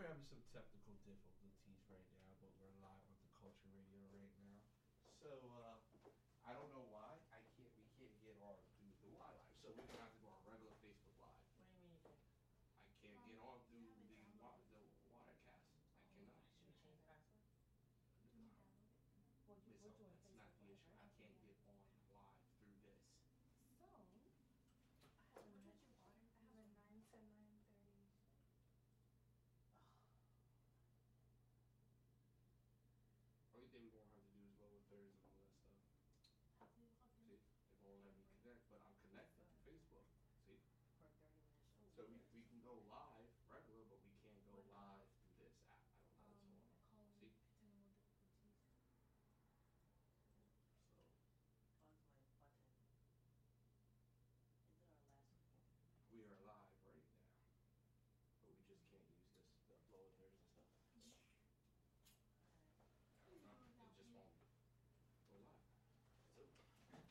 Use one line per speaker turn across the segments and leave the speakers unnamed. having some technical difficulties right now, but we're live on the Culture Radio right now. So uh, I don't know why I can't. We can't get on through the Y Live, so we're gonna have to go on regular Facebook Live.
What do you mean?
I can't get on through the wi- the Wirecast. I cannot.
Should we change the password?
Well, you
It's
were doing
that's not the
Facebook
issue. I
Live.
can't get on live through this.
So,
I have, what did you order? I have a nine to nine thirty.
Only thing we're gonna have to do is lower thirds and all that stuff.
How do you log
See,
in?
it won't let me connect, but I'm connected to Facebook. See,
For thirty minutes.
so we, we can go live regular, but we can't go live through this app. I don't know what's
Um,
going on.
call
See?
technical difficulties.
So
Bug my button. Is it our last one?
we are live right now, but we just can't use this the lower thirds and stuff.
Alright.
I don't know. It just won't go live.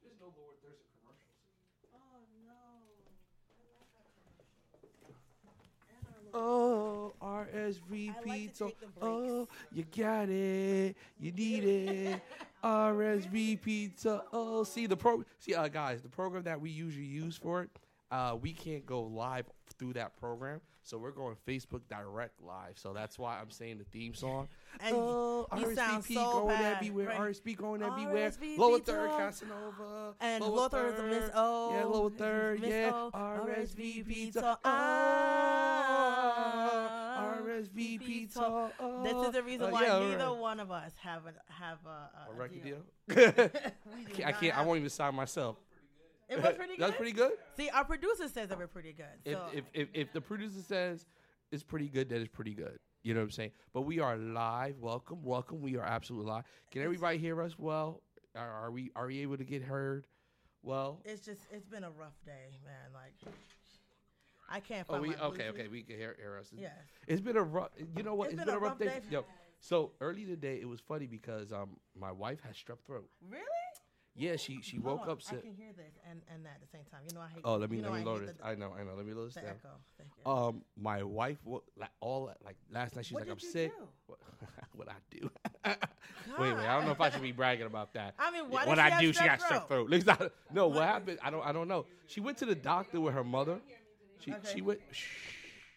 So there's no lower thirds and commercials.
Oh, no. I love our commercials. And our little-
Oh, RSVP.
I like to
so-
take the breaks.
oh, you got it. You need it. RSVP. To, oh, see the pro. See, uh, guys, the program that we usually use for it, uh, we can't go live through that program, so we're going Facebook direct live. So that's why I'm saying the theme song.
And
oh,
you sound
RSVP
so
going
bad,
everywhere.
right.
RSVP going everywhere.
RSVP
Lower third,
to-
Casanova.
And
Lower
lower third is Miss O.
Yeah, lower third.
Miss Oh,
yeah,
O,
RSVP.
RSVP
To,
to- Ah.
oh, RSVP
RSVP to-
talk.
This is the reason
Uh,
why
yeah,
neither
right.
one of us have a have a,
A
a, a
record deal.
We do
I
not
can't. I
have-
won't even sign myself.
It was pretty good.
That's pretty good.
See, our producer says that we're pretty good.
If,
So
if, if, if the producer says it's pretty good, that is pretty good. You know what I'm saying? But we are live. Welcome, welcome. We are absolutely live. Can everybody hear us? Well, are, are we are we able to get heard? Well,
it's just it's been a rough day, man. Like I can't find
oh, we
my
okay,
Bluetooth.
okay. We can hear, hear us.
Yes.
It's been a rough. You know what?
It's been a rough day for
Yo,
us.
so early today, it was funny because um my wife has strep throat.
Really?
Yeah, she she
Hold
woke
on,
up
I
sick.
can hear this and and that at the same time. You know I hate.
Oh, let me
you know
let
I
me
hate
load it.
The,
I know, I know. Let me load this
the
down.
echo. Thank you.
Um, my wife, wa- like all like last night, she's
What
like, "I'm
did you
sick."
do?
What, what I do? wait, wait. I don't know if I should be bragging about that.
I mean, why
what
did she
I
have
do, she got
strep
strep throat. Look, I- no, what happened? I don't. I don't know. She went to the doctor with her mother. She
Okay.
she went. Shh,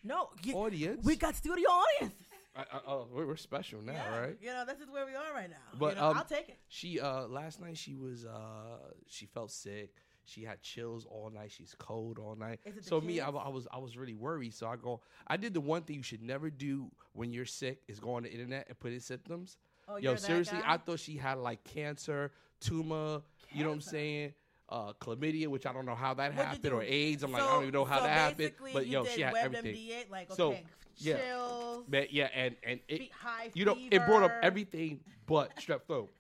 no, you-
audience.
we got studio audience.
I, I, oh, we're, we're special now,
Yeah,
right?
You know this is where we are right now.
But
you know,
um,
I'll take it.
She uh last night she was uh she felt sick. She had chills all night. She's cold all night.
Is it the
So me, I,
kids?
wa- I was I was really worried. So I go. I did the one thing you should never do when you're sick is go on the internet and put in symptoms.
Oh,
Yo,
you're that
seriously,
guy?
I thought she had like cancer, tumor. You know what I'm
Cancer?
saying? Uh, chlamydia, which I don't know how that
What did
happened,
you-
or AIDS. I'm like, I
So-
don't even know how
so
that happened.
basically
But
you
yo,
did
she had
WebMD
everything.
eight, like okay,
So, yeah.
chills.
Man, yeah, and and it,
Fe- high
you know, it brought up
fever.
everything but strep throat.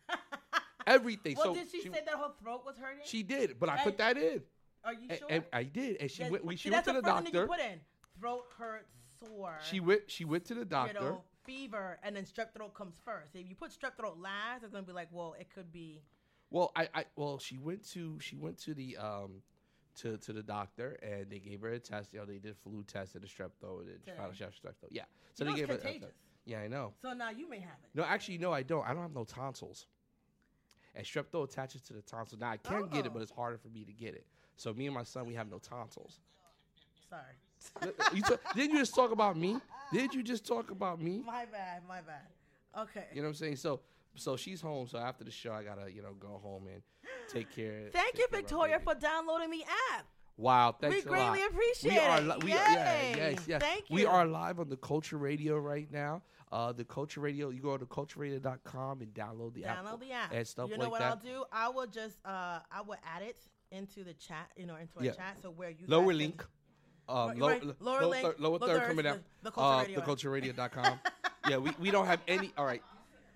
everything.
Well,
so
did she, say that her throat was hurting?
She did, but I
And-
put that in.
Are you
And,
sure?
and I did, and she
That-
went. We,
see,
she went
that's
to the
first thing that
doctor.
You put in throat hurt, sore.
She went. She went to the
you
doctor.
know, fever, and then strep throat comes first. If you put strep throat last, it's gonna be like, well, it could be.
Well, I, I. Well, she went to. She went to the. Um, to, to the doctor and they gave her a test. You know, they did flu test and a strep throat and she
Today.
found out she had strep throat. Yeah. So
You
they
know
gave
it's
her. A,
contagious.
yeah, I know.
So now you may have it.
No, actually, no, I don't. I don't have no tonsils. And strep throat attaches to the tonsil. Now I can get it,
Oh.
but it's harder for me to get it. So me and my son, we have no tonsils.
Sorry,
you t- didn't you just talk about me? Did you just talk about me?
my bad, my bad. Okay.
You know what I'm saying? So so she's home. So after the show, I gotta you know go home and take care.
Thank
take care
you,
of my
Victoria,
baby.
for downloading the app.
Wow, thanks
We
a
greatly
lot.
appreciate
we are
it.
Li- we are, yeah,
Yay.
yes, yes.
Thank
We
you.
are live on the Culture Radio right now. Uh, the Culture Radio. You go to cultureradio.com and download the app.
Download the app.
and stuff
you know
like
what
that.
I'll do? I will just uh, I will add it into the chat, you know, into our
Yeah.
chat. So where you
Lower
guys can-
link. Um,
Right,
low,
right.
l-
Lower
low
link,
third- lower
low
third
third,
coming
the-
out.
the Culture
uh,
Radio.
thecultureradio.com. yeah, we, we don't have any. All right,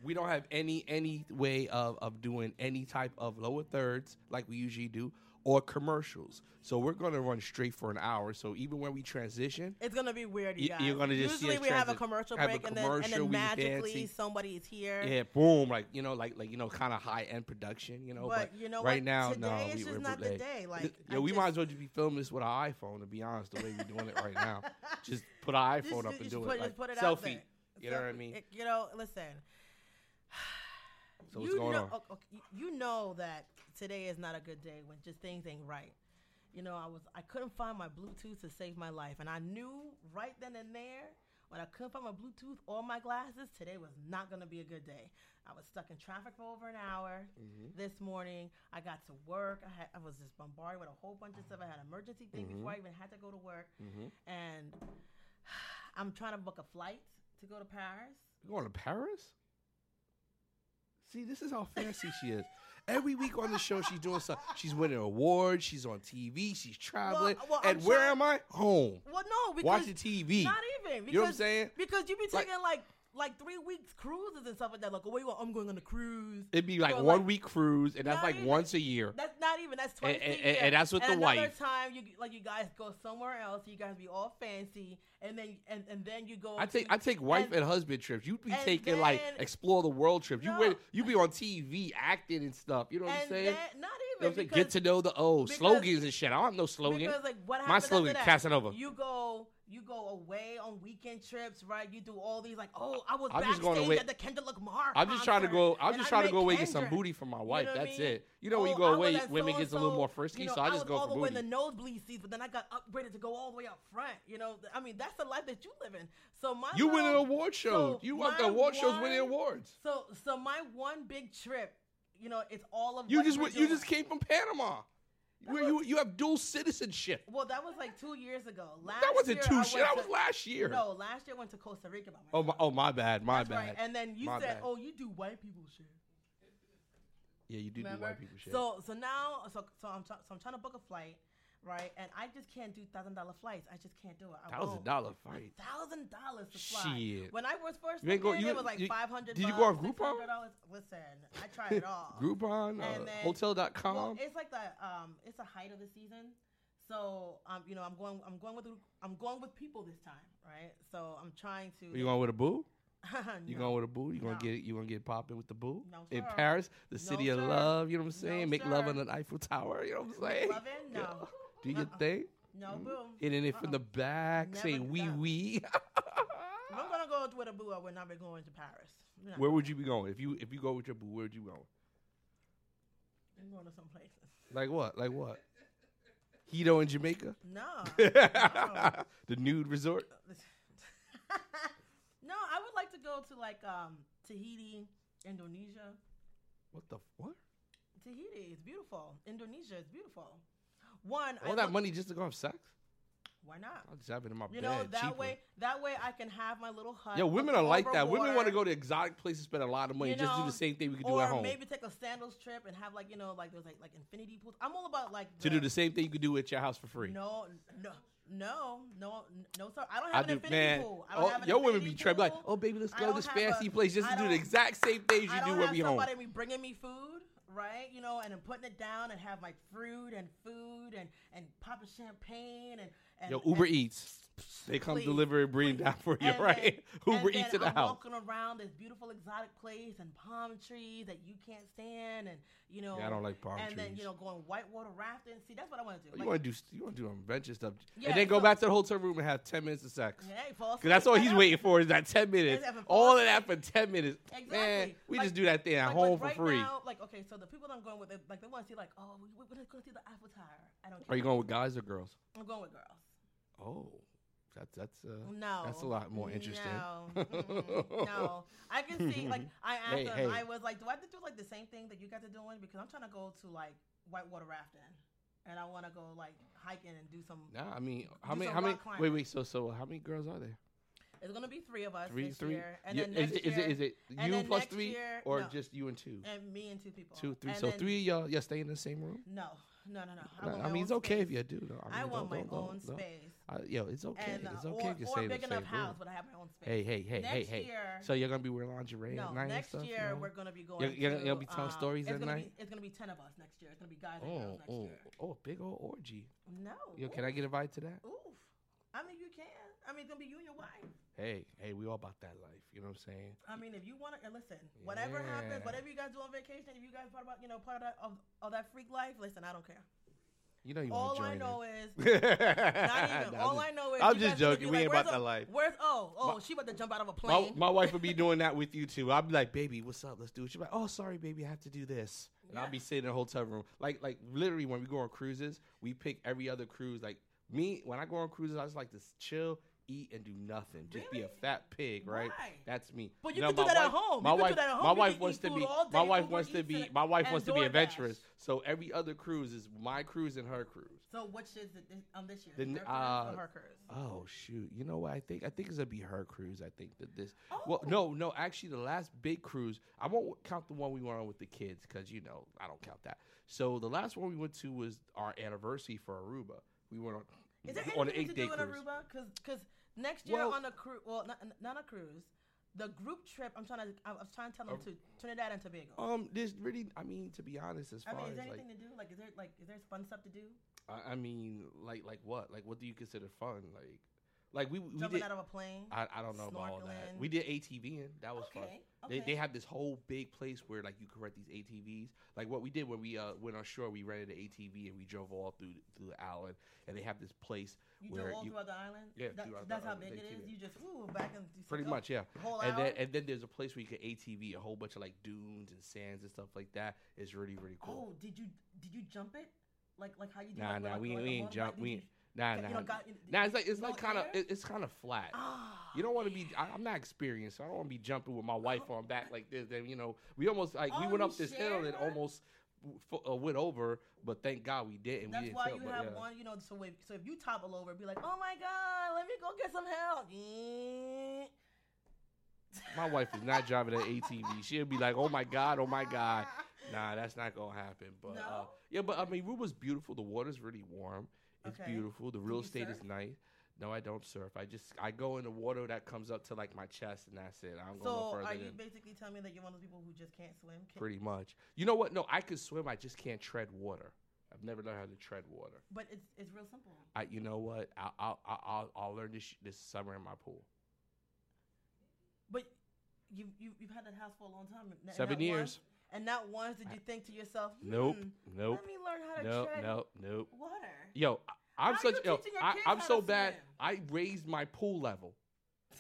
we don't have any any way of, of doing any type of lower thirds like we usually do, or commercials. So we're gonna run straight for an hour. So even when we transition,
It's gonna be weird,
Y-
you guys.
you're gonna just see
Usually
us
we have a
transi-
commercial
have a
break, and then
commercial,
and then
we
magically
dancing.
somebody is here.
yeah, boom, like you know, like like you know, kind of high end production, you know. But,
but, you know
right
what?
now,
today
no,
it's
we-
just
we're
not the
bootleg.
day. Like,
yeah,
I
we
just,
might as well just be filming this with our iPhone. To be honest, the way we're doing it right now, just put our
Just-
iPhone up
just
and do
put-
it,
just
like,
put it
selfie.
out there.
You know what I
Selfie.
mean?
It- you know, listen.
So what's
you
going
know,
on?
oh, okay, you- you know that today is not a good day when just things ain't right. You know, I was I couldn't find my Bluetooth to save my life, and I knew right then and there when I couldn't find my Bluetooth or my glasses, today was not gonna be a good day. I was stuck in traffic for over an hour
Mhm.
this morning. I got to work. I had I was just bombarded with a whole bunch of stuff. I had an emergency thing
Mm-hmm.
before I even had to go to work,
Mhm.
and I'm trying to book a flight to go to Paris.
You going to Paris? See, this is how fancy she is. Every week on the show, she's doing something. She's winning awards. She's on TV. She's traveling.
well, I'm
and where
trying-
am I? Home.
Well, no, because
Watching TV.
Not even. Because,
You know what I'm saying?
Because you be
Like-
taking like like three weeks cruises and stuff like that. Like, oh, where you going? I'm going on a cruise.
It'd be like
Well,
one
like-
week cruise, and that's
Not
like
even.
once a year.
That's not even. That's twice
And-
a
and-
year.
and that's with
and
the
another
wife.
time you like you guys go somewhere else. You guys be all fancy, and then and, and then you go.
I take
to-
I take wife
and-
and, husband trips. You'd be
and
taking like
then-
explore the world trips. You
No.
went, you be on TV acting and stuff. You know what I'm
and
saying? You
then, not
know what
even.
I'm saying?
because,
Get to know the oh
because-
slogans and shit. I don't know slogan.
Because like what
My
happens
slogan,
after that?
Casanova.
You go, you go away on weekend trips, right? You do all these like, oh, I was
I'm just
backstage
going away-
at the Kendrick Lamar.
I'm just trying to
concert,
go. I'm
and
just
I
trying to
met
go away and get some
Kendrick."
booty from my wife.
what I
That's
mean?
it. You know, when you
Oh,
go
I was
away,
at
women gets a little
so-and-so,
more frisky,
you know,
so I just
was
go
all
for
the way in
booty.
the nosebleed seats, but then I got upgraded to go all the way up front. You know, I mean, that's the life that you live in. So my
you win an
little-
award show.
so
you up the
my
award shows, winning
one-
awards.
So so my one big trip, you know, it's all of
You
what
just
we're
went- you
doing.
just came from Panama, where you you have dual citizenship.
Well, that was like two years ago. Last
That wasn't
year, I
two
went
shit. That
to-
was last year.
No, last year I went to Costa Rica by myself.
Oh my, oh my bad, my
That's
bad.
Right. And then you
My
said,
bad.
"Oh, you do white people shit."
yeah, you do do
Remember?
white people shit.
So so now so so I'm try- so I'm trying to book a flight, right? And I just can't do thousand dollar flights. I just can't do it. I
Thousand dollar fight.
Thousand dollars to fly.
Shit.
When I was first
You ain't go-
in,
you-
it was like
you-
five hundred.
did you go on Groupon?
Listen, I tried it all.
Groupon, uh,
And then-
Hotel.com.
Well, it's like the um, it's the height of the season, so um, you know, I'm going, I'm going with, I'm going with people this time, right? So I'm trying to.
you going with a boo? You
No.
going with a boo? You gonna
No.
get you gonna get popping with the boo
No,
in
sir.
Paris, the
No,
city of
sir.
love. You know what I'm saying?
No,
Make love
sir.
on an Eiffel Tower. You know what I'm
Make
saying?
love in?
Yeah.
No.
Do your
Uh-uh.
thing.
No,
Mm.
boom.
Hitting it from the
Uh-uh.
back,
Never
saying
do
wee
that.
wee.
If I'm gonna go with a boo, I would not be going to Paris. We're not
Where
going.
would you be going if you if you go with your boo? Where would you go?
I'm going to some places.
Like what? Like what? Hito in Jamaica,
No. no.
the nude resort.
no, I would like to go to like um Tahiti, Indonesia.
What the f- what?
Tahiti is beautiful. Indonesia is beautiful. One, I
All that
look-
money just to go have sex?
Why not?
I'll just have it in my bed.
You know that
cheaper.
way. That way, I can have my little hut.
Yo,
with
women are like
over
that. Women want
water,
to go to exotic places, spend a lot of money,
you
just do
know,
the same thing we could do
or
at home.
maybe take a sandals trip and have like you know like those like like infinity pools. I'm all about like
To do the same thing you could do at your house for free.
No, no, no, no, no, sir. I don't
I
have an
do,
infinity
man.
pool. I don't
Oh,
have an
your women be
infinity
tripping like,
pool.
oh baby, let's
I
go to
don't
this
have
fancy
a-
place just
I
to do the
don't-
exact same things
I
you
don't
do when
have
we home.
somebody be bringing me food, right? You know, and then putting it down and have like fruit and food and and popping champagne and, and
Yo, Uber
and,
Eats, they come
Please,
deliver and bring
please.
down for you,
And
right?
then-
Uber
and
Eats
then
in the
I'm
house.
Walking around this beautiful exotic place and palm trees that you can't stand, and you know,
Yeah, I don't like palm
and then
trees. Oh,
you know, going whitewater rafting. See, that's what I want to do.
You
Like,
want to do you want to do adventure stuff,
Yeah,
and then go
so-
back to the hotel room and have ten minutes of sex.
hey, fall
Cause that's all
asleep.
he's
Like,
waiting for is that ten minutes.
That's-
All of that for ten minutes. Man,
Exactly.
we
Like-
just do that thing at
like,
home
like
for
right
free.
Now, like okay, so the people that I'm going with, they- like they want to see like, oh, we- we- we're going to see the Eiffel Tower. I don't. Care.
Are you going with guys or girls?
I'm going with girls.
Oh, that's that's uh,
No,
that's a lot more interesting.
No, mm-mm, no. I can see like I asked
Hey,
them.
hey.
I was like, do I have to do like the same thing that you guys are doing? Because I'm trying to go to like whitewater rafting, and I want to go like hiking and do some.
Nah, I mean, how
Do
many?
some
How many?
rock
Wait,
climbing.
wait. So, so how many girls are there?
It's gonna be three of us
Three,
this
three.
year, and
Yeah,
then
is,
next
it, is
year,
it is it
and
you
then
plus
next
three
year-
or
no.
just you and two,
and me and two people,
two, three?
And
so
then-
three of y'all, yeah, stay in the same room.
No, No, no, no.
I,
want
I
my
mean,
own
it's okay
space.
if you do. Though. I, mean,
I
don't-
want my
don't- don't-
own
don't-
space.
I- yo, it's okay.
And, uh,
it's okay
or,
to
or
say
a big
the
enough
same
house,
word.
but I have my own space.
Hey, hey, hey, hey,
next
hey.
year,
So you're gonna be wearing lingerie
no,
at night
next
and stuff.
year
no?
we're gonna be going.
you're gonna-
to,
you'll be
um,
telling stories
it's
at
gonna
night?
Be, it's gonna be ten of us next year. It's gonna be guys and girls
Oh,
next
oh,
year.
oh, big old orgy.
No.
Yo, can I get invited to that?
Oof. Oof. I mean, you can. I mean, it's gonna be you and your wife.
Hey, hey, we all about that life. You know what I'm saying?
I mean, if you want to listen, whatever happens,
Yeah.
whatever you guys do on vacation, if you guys part about you know part of that, of, of that freak life, listen, I don't care.
You know you want
All
to join.
I know
in.
is not even.
Nah, I'm
all
just-
I know is
I'm
you
just
guys gonna
joking.
be
We ain't about
"Where's
that
O-
life."
Where's oh oh
My-
she about to jump out of a
my,
plane.
my wife would be doing that with you too. I'd be like, baby, what's up? Let's do it. She'd be like, oh, sorry, baby, I have to do this. And I'll be
Yeah.
sitting in a hotel room. Like, like literally, when we go on cruises, we pick every other cruise. Like, me, when I go on cruises, I just like to s- chill, eat, and do nothing. Just be a
Really?
fat pig, right?
Why?
That's me.
But you
Now,
can do
my
that at
wife-
home.
My
You can do
wife,
that at home.
my
You
wife
can
wants
eat
to
food
be,
all
my
day,
wife
Uber
wants to
Eats
be,
and-
my wife
and
wants to be
DoorDash.
adventurous. So every other cruise is my cruise and her cruise.
so which is the, this, on this year?
The n-
your cruise
uh,
or her cruise?
Oh shoot! You know what I think? I think it's gonna be her cruise. I think that this.
Oh.
Well, no, no. Actually, the last big cruise. I won't count the one we went on with the kids because you know I don't count that. So the last one we went to was our anniversary for Aruba. We went on
Is there anything
on an
we
eight
should
day
do in
cruise.
Aruba? Because next year
Well-
on a cruise, well, not, not a cruise, the group trip. I'm trying to, I was trying to tell them
Ar-
to Trinidad and Tobago.
Um, there's really. I mean, to be honest, as
I
far
mean, is
as
there
like,
anything to do? Like, is there like, is there fun stuff to do?
I, I mean, like, like what? Like, what do you consider fun? Like, like we we
Jumping
did.
out of a plane.
I, I don't know about all that.
snorkeling.
We did ATVing. That was
okay.
fun.
Okay.
They, they have this whole big place where like you can rent these ATVs. Like what we did when we uh, went on shore, we rented an ATV and we drove all through through the island. And they have this place
you
where
do all
you-
throughout the island.
Yeah,
That-
throughout the
that's how
island,
big
they
it
do
is.
that.
You just woo back and you
pretty
go
much, yeah.
the whole
And
hour.
then and then there's a place where you can ATV a whole bunch of like dunes and sands and stuff like that. It's really really cool.
oh, did you did you jump it? Like like how you do?
nah,
like,
nah,
like,
we,
like
we
a
ain't
motorbike?
jump.
Did
We
you-
ain't, nah,
you
nah.
know, got-
nah, it's like it's
no
like kind of
air?
it, it's kind of flat.
Ah,
You don't want to be. I, I'm not experienced. So I don't want to be jumping with my wife on back like this. Then you know, we almost like we
Oh,
went
you
up this hill
shared
and
one?
almost f- uh, went over, but thank God we didn't. we
That's
didn't
why
fail,
you
but
have
yeah.
one, you know. So if, so if you topple over, be like, "Oh my God, let me go get some help."
My wife is not driving an ATV. She'll be like, "Oh my God, oh my God." Nah, that's not gonna happen. But uh,
No?
yeah, but I mean, Aruba's beautiful. The water's really warm. It's
Okay.
beautiful. The real
you
estate is
surf?
nice. No, I don't surf. I just I go in the water that comes up to like my chest, and that's it. I don't go no
So
further.
are you
than-
basically telling me that you're one of those people who just can't swim? Can,
pretty much. You know what? No, I could swim. I just can't tread water. I've never learned how to tread water.
But it's it's real simple.
I, you know what? I, I'll, I'll, I'll, I'll learn this sh- this summer in my pool.
But you you you've had that house for a long time. and- and
Seven
not
years.
once- and not once did you think to yourself, hmm,
Nope, nope,
Let me learn how to
nope,
tread
nope, nope.
water."
Yo, I- I'm
How
such.
you
Yo,
teaching your
I,
kids
I'm
how
so
to
bad.
swim?
I raised my pool level.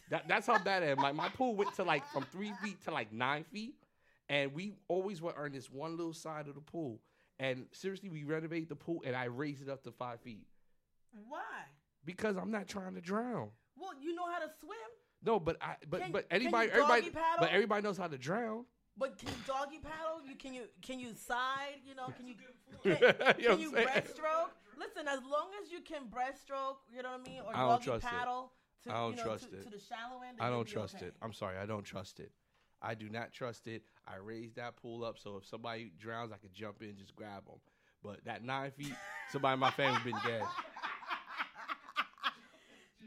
That, that's how bad I am. My, my pool went to like from three feet to like nine feet, and we always were on this one little side of the pool. And seriously, we renovated the pool, and I raised it up to five feet
Why?
because I'm not trying to drown.
Well, you know how to swim,
No, but I but
Can-
but
can you
anybody
doggy
everybody
paddle?
but everybody knows how to drown.
but can you doggy paddle? You can you can you side? You know, can you
You
can,
know
can
what
you
I'm saying?
breaststroke? Listen, as long as you can breaststroke, you know what I mean, or
I don't
doggy
trust it.
paddle to
I don't
you know
trust
to,
it.
to the shallow end.
I
then
don't
you'll be
trust
okay.
it. I'm sorry, I don't trust it. I do not trust it. I raised that pool up so if somebody drowns, I could jump in and just grab them. But that nine feet, somebody in my family been dead.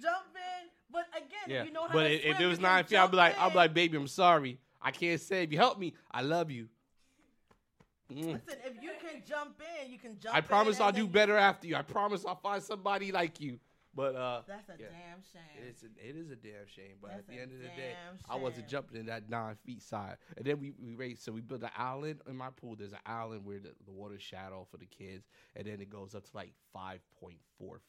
Jump in, but again,
Yeah,
you know how
but
to
if, if
swim,
it
you
was
can
nine feet, I'd
jump
be like, I'd
in.
be like, baby, I'm sorry, I can't save you. Help me, I love you. Mm.
Listen, if you can jump in, you can jump.
I
in
promise
and
I'll do
then-
better after you. I promise I'll find somebody like you. But uh,
That's a
Yeah.
damn shame.
It's a, it is a damn shame, but
That's
at the
a
end of the day,
damn
I wasn't
shame.
jumping in that nine feet side. And then we, we raised, so we built an island in my pool. There's an island where the, the water's shallow for the kids, and then it goes up to like 5.4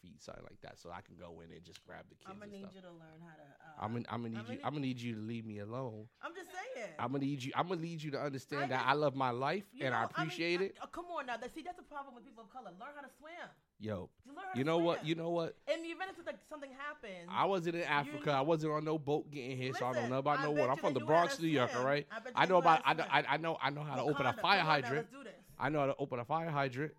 feet, something like that. So I can go in and just grab the kids.
I'm gonna
and
need
stuff.
you to learn how to. Uh,
I'm gonna, I'm gonna need
I'ma
you.
need-
I'm gonna need you to leave me alone.
I'm just saying.
I'm gonna need you. I'm gonna need you to understand that
just-
I love my life
You
and I
know, mean,
appreciate
I-
it.
oh, come on now. that- See, that's the problem with people of color. Learn how to swim.
Yo,
You learn how
you
to
know what?
swim.
You know what?
In the event if like something happens,
I wasn't in Africa. I wasn't on no boat getting here, so I don't
Listen,
know about
I
no
bet
water. I'm
you
from
that
the
you had
Bronx,
a
New York.
swim.
All right.
I bet
I
you
know
you had
about.
a
I know. I,
swim.
I know. I know how to open a
Wakanda,
fire
come on now,
hydrant.
Let's do this.
I know how to open a fire hydrant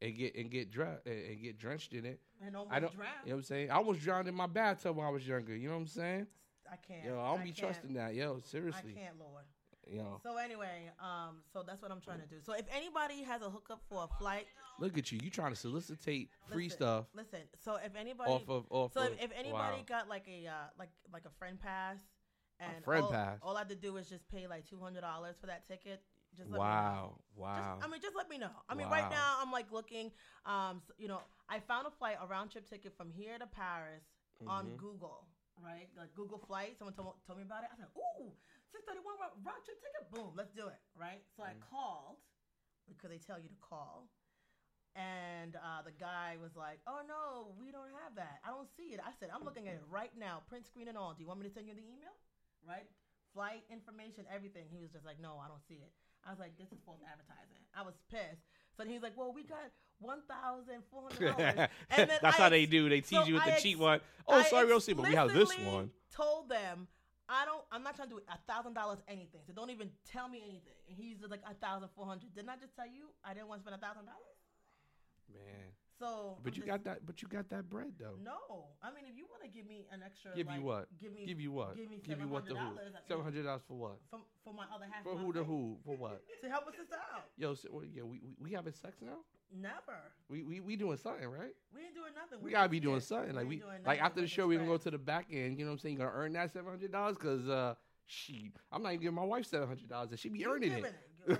and get and get dre- and, and get drenched in it.
And almost
I don't.
drown.
You know what I'm saying? I almost drowned in my bathtub when I was younger. You know what I'm saying?
I can't.
Yo, I don't be
can't.
trusting Oh. that. Yo,
I
seriously.
can't, Lord.
You know,
So anyway, um, so that's what I'm trying to do. So if anybody has a hookup for a flight,
look at you. You trying to solicitate free
Listen,
stuff
listen. So if anybody,
off of off.
so
of,
if, if anybody
wow.
got like a uh, like like a friend pass, and
friend
all,
pass.
all I had to do is just pay like two hundred dollars for that ticket. Just let me know.
wow,
Just,
wow.
I mean, just let me know. I mean, right
Wow.
now I'm like looking. Um, s- you know, I found a flight, a round trip ticket from here to Paris on
Mhm.
Google. Right, like Google Flight. Someone told, told me about it. I said, "Ooh, six thirty one round trip ticket. Boom, let's do it." Right. So I
Mhm.
called because they tell you to call, and uh, the guy was like, "Oh no, we don't have that. I don't see it." I said, "I'm looking at it right now, print screen and all. Do you want me to send you the email? Right? Flight information, everything." He was just like, "No, I don't see it." I was like, this is false advertising. I was pissed. So then he's like, well, we got one thousand four hundred dollars. and then
Mm-hmm. That's
I
how they
ex-
do. They tease
so
you with the
I
cheap
ex-
one. Oh,
I
sorry, we don't see, but we have this
explicitly
one.
Told them I don't. I'm not trying to do a thousand dollars anything. So don't even tell me anything. And he's just like a thousand four hundred. Didn't I just tell you I didn't want to spend a thousand dollars?
Man,
So,
but
I'm
you
just-
got that. But you got that bread though.
No, I mean if you want to give me an extra,
Give you
like,
what?
Give me
give you what?
give me
you what the who?
$700 at
Seven hundred dollars for what?
from for my other half.
For
of my
who to
thing,
who? For what?
to help us sister out.
Yo, so, well, yeah, we, we we having sex now?
Never,
We we we doing something, right?
we ain't doing nothing. We're
We gotta
just
be doing
here.
something. Like
ain't
we
doing
like
nothing
after the
but
show, we gonna go
friends.
to the back end. You know what I'm saying? Gonna earn that seven hundred dollars because uh, she, I'm not even giving my wife seven hundred dollars, and she be
You
earning
giving
it.
it. I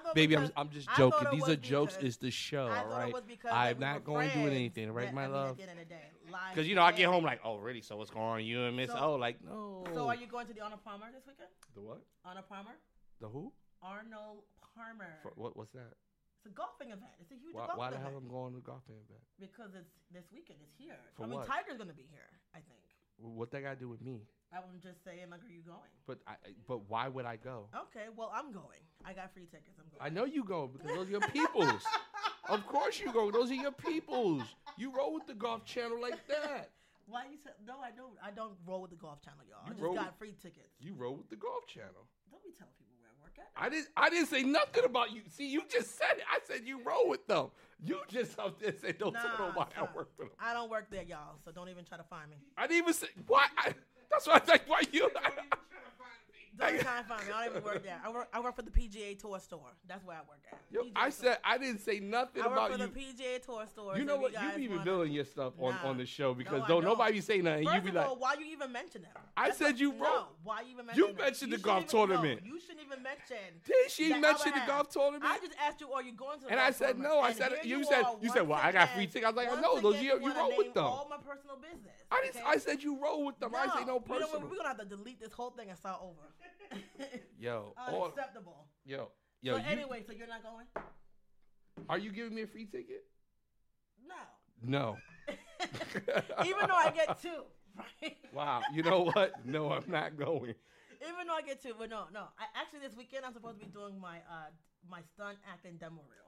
thought
Baby, I'm
because-
I'm just
I thought
joking.
it
These
was
are jokes.
because-
It's the show,
I
all
thought
right?
it was because
I'm
like, we
not
were
gonna do
friends,
anything, right,
that-
my
I mean,
love?
At the end of the day, lies
Because you
and
know, I get
friends.
home like, oh, really? So what's going on? You and Miss
So-
O, like, no.
So, are you going to the Arnold Palmer this weekend?
the what?
Arnold Palmer,
The who?
Arnold Palmer.
For, what? What's that?
It's a golfing event. It's a huge
Why,
golfing
why the
event
hell I'm going to golf band back?
because it's this weekend. It's here.
For
I mean,
what?
Tiger's going to be here. I think.
What that got to do with me?
I'm just saying, like, are you going?
But I, I- but why would I go?
Okay, well, I'm going. I got free tickets. I'm going.
I know you go because those are your peoples. of course you go. Those are your peoples. You roll with the golf channel like that.
Why you said no? I don't. I don't roll with the golf channel, y'all.
You
I just
roll
got free tickets.
You roll with the golf channel.
Don't be telling people where I work at.
I didn't. I didn't say nothing about you. See, you just said it. I said you roll with them. You just up there say don't tell
Nah,
nobody
son.
I work with them.
I don't work there, y'all. So don't even try to find me.
I didn't even say why. I, that's why I was like, why you?
Don't even try to find me. I don't even work there. I work. I work for the PGA Tour store. That's where I work at.
Yo,
PGA
I
Tour.
said I didn't say nothing
I work
about
for
you.
the PGA Tour store. so
you know
if
what? You
guys
be even
wanna-
building your stuff on,
Nah.
on the show because
I
don't
don't.
nobody be saying nothing.
First
You be
of
like,
all, why you even mention them?
I
That's
said
what-
you
No,
wrote-
why you even mention
You
them?
mentioned the
shouldn't
golf
even-
tournament.
No, you shouldn't even mention.
did she
that
mention
other
the
half.
golf tournament?
I just asked you, are you going to? The
And
golf
I said
tournament?
no. I
And
said
here
you said
are
you
once
said well I got
again-
free tickets. I was like I
once
know those
again,
you you
wanna
roll with
name
them.
All my personal business.
I didn't.
okay?
I said you roll with them. I didn't say no
You know
personal.
what? We're gonna have to delete this whole thing and start over.
yo, all,
Unacceptable.
yo, yo.
so
you-
anyway, so you're not going?
are you giving me a free ticket?
No.
No.
Even though I get two, right?
Wow. You know what? No, I'm not going.
Even though I get two, but no, no. I actually this weekend I'm supposed to be doing my uh my stunt acting demo reel.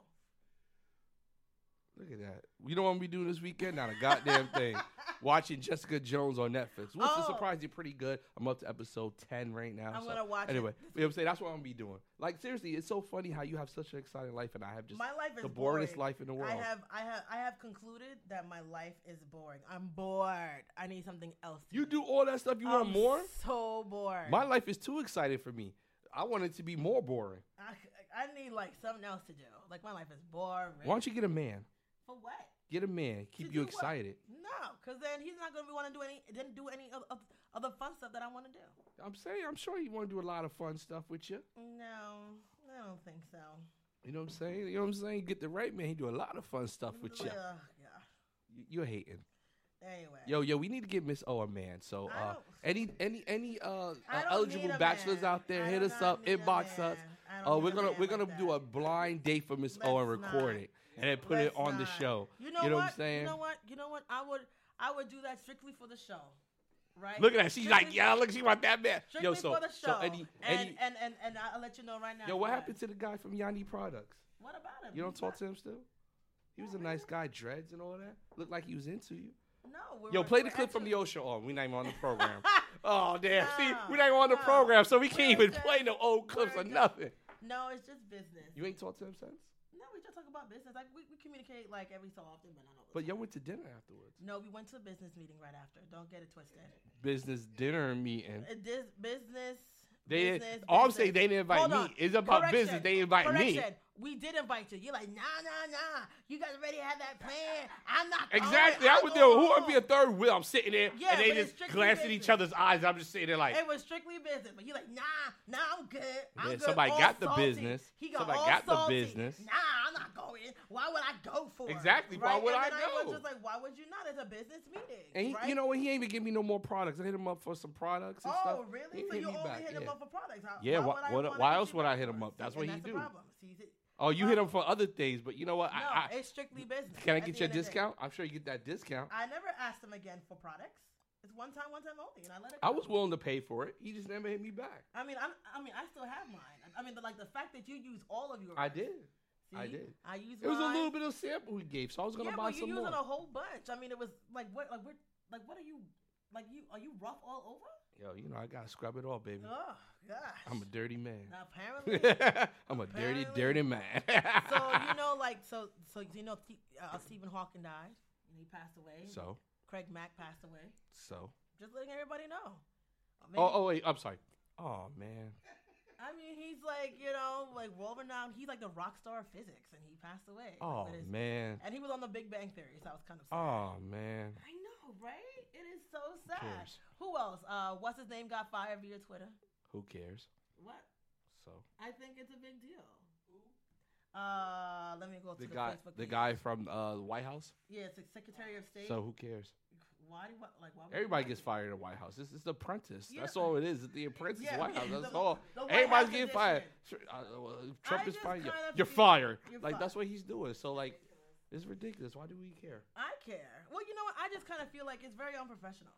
Look at that. You know what I'm gonna be doing this weekend? Not a goddamn thing. Watching Jessica Jones on Netflix, which is
Oh.
surprisingly pretty good. I'm up to episode ten right now.
I'm
so-
gonna watch it.
Anyway, you know what I'm saying that's what I'm gonna be doing. Like seriously, it's so funny how you have such an exciting life and I have just
my life is
the boringest
boring.
life in the world.
I have I have I have concluded that my life is boring. I'm bored. I need something else. to
you
do.
do all that stuff. You want
I'm
more?
So bored.
My life is too exciting for me. I want it to be more boring.
I, I need like something else to do. Like my life is boring.
Why don't you get a man?
For what?
Get a man. Keep
To
you
do what?
excited.
No, because then he's not gonna be want to do any then do any of, of, of the fun stuff that I want to do.
I'm saying. I'm sure you want to do a lot of fun stuff with you.
No, I don't think so.
You know what I'm saying? You know what I'm saying? Get the right man. He do a lot of fun stuff with you.
Ugh, yeah.
You- You're hating.
Anyway.
Yo, yo, we need to get Miss O a man. So
I
uh,
don't-
any any any
I
uh, uh,
don't need
eligible
a
bachelors
man.
out there,
I
hit
do
us
not
up,
need a
inbox us.
man. I don't
Oh,
need
we're
a
gonna
man
we're gonna
like
do a
that.
blind date for Miss O and
Let's not.
record it and then put
Let's
it on the
not.
show.
You know,
you know
what?
what I'm saying?
You know what? You know what? I would I would do that strictly for the show. Right?
Look at that. She's like,
Strictly-
yeah, look, she want that man.
Strictly
Yo, so
for the show.
so any
and,
any
and, and and I'll let you know right now.
yo, what
but-
happened to the guy from Yanni Products?
What about him?
You don't
He's
talk
not-
to him still? He was a nice guy, dreads and all that. Looked like he was into you.
No, we're
Yo, play the
we're
clip from the
actually-
old show. Oh, we not even on the program. Oh damn! See,
Nah,
we not even on the
nah.
program, so we can't
We're
even play
just-
no old clips
we're
or
just-
nothing.
No, it's just business.
You ain't talked to him since.
No, we just talk about business. Like we, we communicate like every so often, but not all the
But
time.
y'all went to dinner afterwards.
No, we went to a
Mm-hmm.
business meeting right after. Don't get it twisted.
Business dinner meeting.
It is business
They didn't,
Business,
all I'm
business.
saying they didn't invite
Hold
me.
on.
It's about
Correction.
business. They didn't invite me.
Correction. We did invite you. You're like, nah, nah, nah. You guys already had that plan. I'm not going.
Exactly. I
I'm
would do. Who
going
would be a
home."
third wheel? I'm sitting there
Oh, Yeah,
and they
but it's
just
strictly
glance at each
business.
other's eyes. I'm just sitting there like,
It was strictly business, but you like, nah, nah, I'm good. I'm
then
good.
somebody
All
got the
salty.
business.
He got
Somebody
all
got the
salty.
business.
Nah, I'm not going. Why would I go for it?
Exactly. Why
Right?
would
and
I
then I
go?
was just like, why would you not? It's a business meeting.
and he,
right?
you know what? He ain't even give me no more products. I hit him up for some products and
Oh,
stuff. He
really?
didn't
So
hit
you
me
only
back,
hit him
yeah.
up for products? How,
Yeah,
Why,
wha-
would I
what-
wanna
why
hit
else
you
would I
back
hit
for
him
it?
up?
See,
That's
and
what he
the
do.
problem. See, th-
Oh, you hit him
No.
for other things, but you know what?
No,
I, I,
it's strictly business.
can I
at
get
the
you
end of
a
the day.
discount? I'm sure you get that discount.
I never asked him again for products. It's one time, one time only, and I let it.
I
go.
was willing to pay for it. He just never hit me back.
I mean, I'm, I mean, I still have mine. I mean, the, like the fact that you use all of yours.
I did.
See?
I did.
I used.
It was a
mine.
little bit of sample he gave, so I was gonna
yeah,
buy
but
some
you're
more.
using a whole bunch. I mean, it was like what, like what, like what are you, like you, are you rough all over?
Yo, you know I gotta scrub it all, baby.
Oh gosh.
I'm a dirty man.
Now, apparently.
I'm a dirty,
Apparently.
dirty man.
so you know, like so, so you know, Th- uh, Stephen Hawking died. And he passed away.
So,
Craig Mack passed away.
so.
Just letting everybody know. Maybe-
Oh, oh, wait. I'm sorry. Oh man.
I mean, he's like you know, like world renowned. He's like the rock star of physics, and he passed away. like,
Oh
with his-
man.
And he was on the Big Bang Theory, so I was kind of. Sad.
Oh man.
I know, right? It is so sad.
cares?
Who else? Uh, what's his name? Got fired via Twitter.
Who cares?
What?
So
I think it's a big deal. Uh, let me go to
the
the,
guy,
Facebook.
the
page.
guy from uh, the White House.
Yeah, it's the Secretary of State.
So who cares?
why do you, wa- like why would you
Everybody
want
gets
it?
fired at the White House. This is the Apprentice.
Yeah.
That's all it is. It's the Apprentice
Yeah,
White
yeah,
House. That's
the-
all.
the White
Everybody's
House
getting
edition.
fired. Sure, uh, uh, Trump is
just
fired. You're,
kinda
you're
feel-
fired.
you're
like
fired.
that's what he's doing. So like, it's ridiculous. Why do we care?
I care. Well, you know what? I just kind of feel like it's very unprofessional.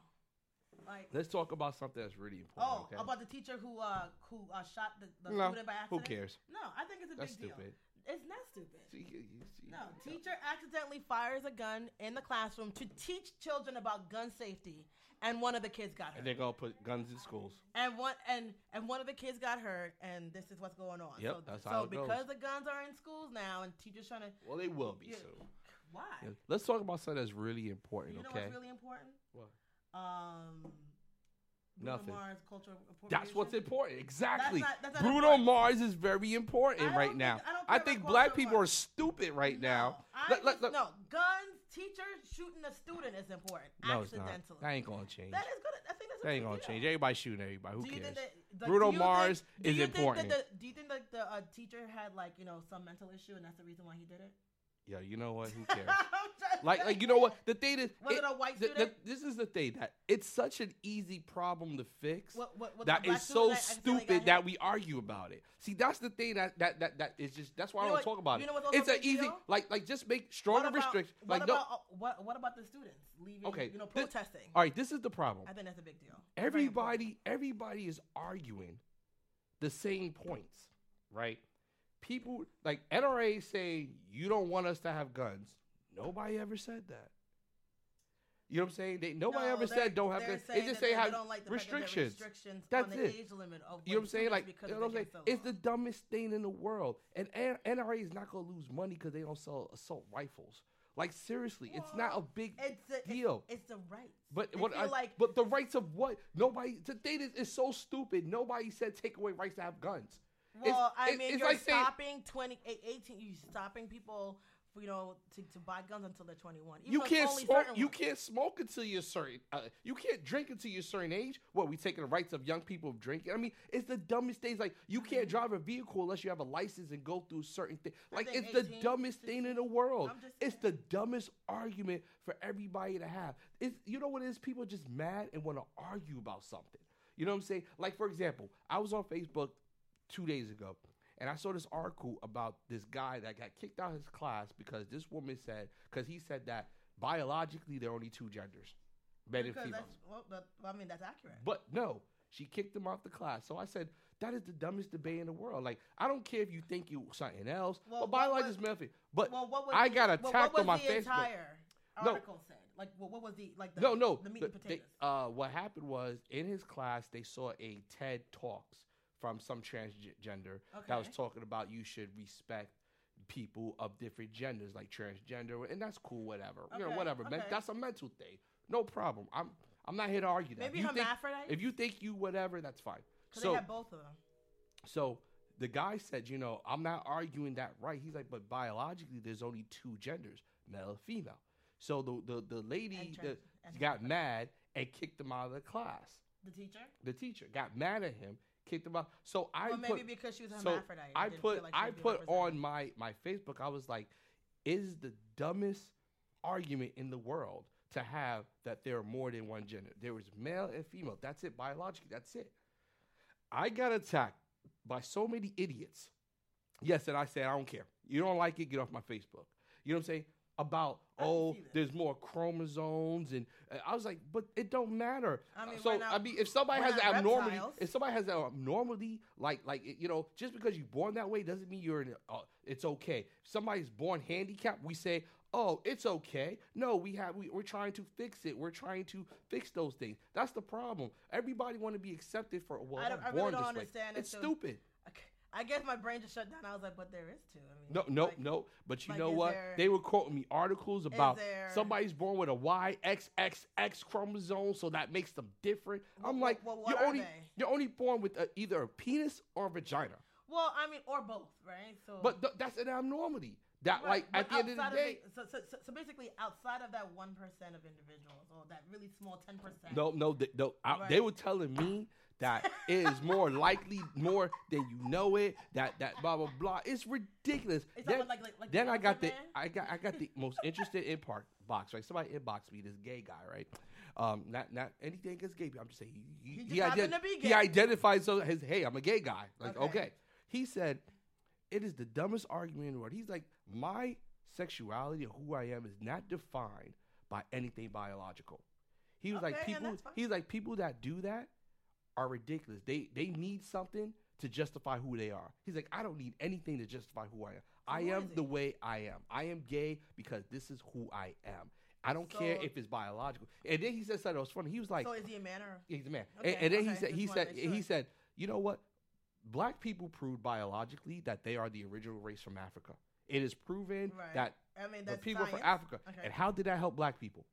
Like
Let's talk about something that's really important.
oh,
okay?
about the teacher who uh who uh, shot the, the
No,
student by accident.
who cares?
No, I think it's a
That's
big
stupid.
deal. It's not stupid.
See, you- you- see,
No,
you tell-
teacher accidentally fires a gun in the classroom to teach children about gun safety, and one of the kids got
And
hurt.
they're gonna put guns in schools.
And one and and one of the kids got hurt, and this is what's going on.
Yep,
so
that's
so
how it goes.
because the guns are in schools now, and teachers trying to
Well, they will be
Yeah.
soon.
why?
Yeah. Let's talk about something that's really important.
you know
okay.
what's really important?
What?
Um, Bruno
Nothing.
Mars cultural appropriation.
That's what's important. Exactly.
not- that's not
Bruno
important.
Mars is very
I
important
don't
right
think-
now.
I don't
I
care
think
about
black
cultural
people are
appropriation.
stupid right now.
No, I
Let- let-
just-
let-
no, guns, teachers shooting a student is important.
No, it's
accidentally.
not. That ain't gonna change.
That is good. I think that's a
That
big
ain't gonna
deal.
change. Everybody's shooting everybody. Who
do you
cares?
think that like,
Bruno
do you
Mars
think, do
is
you think
important.
That the, do you think that the uh, teacher had like you know some mental issue and that's the reason why he did it?
Yo, you know what? Who cares?
I'm just
like, like you know what? The thing is,
Was it
it-
a white
the- the-
student?
this is the thing that it's such an easy problem to fix.
What, what, what
that
the black
is so
student accidentally got
stupid that
hit?
we argue about it. See, that's the thing that that that, that is just that's why
You
I
know
don't
what-
talk about
you
it.
know what's also
it's
a
an
big
easy
deal?
like like just make
What
stronger
about-
restrictions.
What
Like
about,
no,
uh, what what about the students leaving?
Okay,
you know
this-
protesting.
all right. This is the problem.
I think that's a big deal. Very important.
Everybody everybody is arguing the same points, right? People like NRA saying you don't want us to have guns. Nobody ever said that. You know what I'm saying? They, nobody
No,
ever
they're-
said don't have
they're
guns. They
saying
just
that
say
they
have
don't like the fact that there are
restrictions.
restrictions
That's
on the
it.
age limit of
You know what
when
I'm saying?
students
Like,
because
you
of
know what I'm
the
saying?
gangsta law.
It's the dumbest thing in the world. And N- NRA is not going to lose money because they don't sell assault rifles. Like, seriously, it's not a
Well,
big
it's a,
deal.
It's, it's the rights.
but
I
what
feel
I,
like
but the rights of what? Nobody, the thing is, it's so stupid. Nobody said take away rights to have guns. It's-
Well, I
it-
mean,
it's
you're
like saying-
stopping 20, eh, 18, you stopping people, you know, to, to buy guns until they're 21. even
You
though it's
can't
only
smoke.
certain
You
ones.
can't smoke until you're certain. Uh, you can't drink until you're certain age. What we taking the rights of young people of drinking? I mean, it's the dumbest things. Like you can't drive a vehicle unless you have a license and go through certain things.
Mm-hmm. I
Like
think
it's the
18,
dumbest thing in the world.
I'm just
It's the
saying.
dumbest argument for everybody to have. It's you know what it is. People are just mad and want to argue about something. You know what I'm saying? Like for example, I was on Facebook two days ago. And I saw this article about this guy that got kicked out of his class because this woman said, because he said that biologically there are only two genders, men and
Because
females.
that's, well, that, well, I mean, that's accurate.
But no, she kicked him off the class. So I said, that is the dumbest debate in the world. Like, I don't care if you think you something else,
Well,
but
what
biologically
was-
is male and female. But
well, what was
I
the-
got
well,
attacked
what
on my
was the
Facebook.
entire
No.
article said? Like, well, what was the, like, the,
no, no.
the meat
the-
and
they-
potatoes?
uh, what happened was in his class they saw a TED Talks from some transgender that was
Okay.
talking about you should respect people of different genders, like transgender, and that's cool, whatever. You know,
Okay,
whatever. men-
okay.
that's a mental thing. No problem. I'm I'm not here to argue that.
Maybe
If you think-
hermaphrodite?
if you think you whatever, that's fine.
Cause
So-
they had both of them.
So the guy said, you know, I'm not arguing that right. He's like, but biologically, there's only two genders, male and female. So the the, the lady
And
that
trans- and
got mad and kicked him out of the class.
the teacher.
The teacher got mad at him, kicked him out. So I
Well,
put,
maybe because she was
so
hermaphrodite.
I
didn't
put
feel like she
I
was being
put on
represented.
my my Facebook. I was like, "Is the dumbest argument in the world to have that there are more than one gender? There was male and female. That's it biologically. That's it." I got attacked by so many idiots. Yes, and I said I don't care. You don't like it? Get off my Facebook. You know what I'm saying? About
I can
oh,
see that.
there's more chromosomes, and uh, I was like, but it don't matter.
I mean,
so
we're not-
I mean, if somebody
we're
has an
not
abnormality,
reptiles.
if somebody has an abnormality, like like you know, just because you're born that way doesn't mean you're in. A, uh, it's okay. If somebody's born handicapped, we say, oh, it's okay. No, we have we, we're trying to fix it. We're trying to fix those things. That's the problem. Everybody want to be accepted for well,
I
I'm
don't- I really
born
don't
this way.
understand it,
It's
so-
stupid.
Okay. I guess my brain just shut down. I was like, but there is two. I mean,
No, no,
like,
no. But you
like,
know
is
what?
there-
they were quoting me articles about
there-
somebody's born with a YXXX chromosome, so that makes them different.
Wh-
I'm
wh-
like,
wh- what
you're
are
only
they?"
you're only born with a, either a penis or a vagina.
Well, I mean, or both, right? So,
But th- that's an abnormality. That
Oh. Right,
like at
but
the end of the
outside
day,
so, so, so- so basically, outside of that one percent of individuals, or that really small ten percent.
no, no, th- no. I,
Right.
They were telling me that it is more likely, more than you know it. That that blah blah blah. It's ridiculous.
It's
Then-
not like, like, like
then I got the
Elephant Man.
I got I got the most interested inbox box right. Somebody inboxed me this gay guy right. Um, not not anything against gay. people. I'm just saying he
He
he,
just happened to be
he
gay.
identifies so his hey I'm a gay guy like okay.
Okay.
He said it is the dumbest argument in the world. He's like my sexuality or who I am is not defined by anything biological. He was like
Okay, and
people.
that's fine.
He's like people that do that are ridiculous. They they need something to justify who they are. He's like, I don't need anything to justify who I am. I
who
am
is
the
he?
way I am. I am gay because this is who I am. I don't care
So-
if it's biological. And then he said something that was funny. He was like,
so is he a man or?
he's a man.
Okay,
and, and then he
okay,
said, he
just wanna
said,
make
he
sure.
said, you know what? Black people proved biologically that they are the original race from Africa. It is proven
Right.
that
I mean,
the
that's
people from
science.
Africa.
Okay.
And how did that help black people?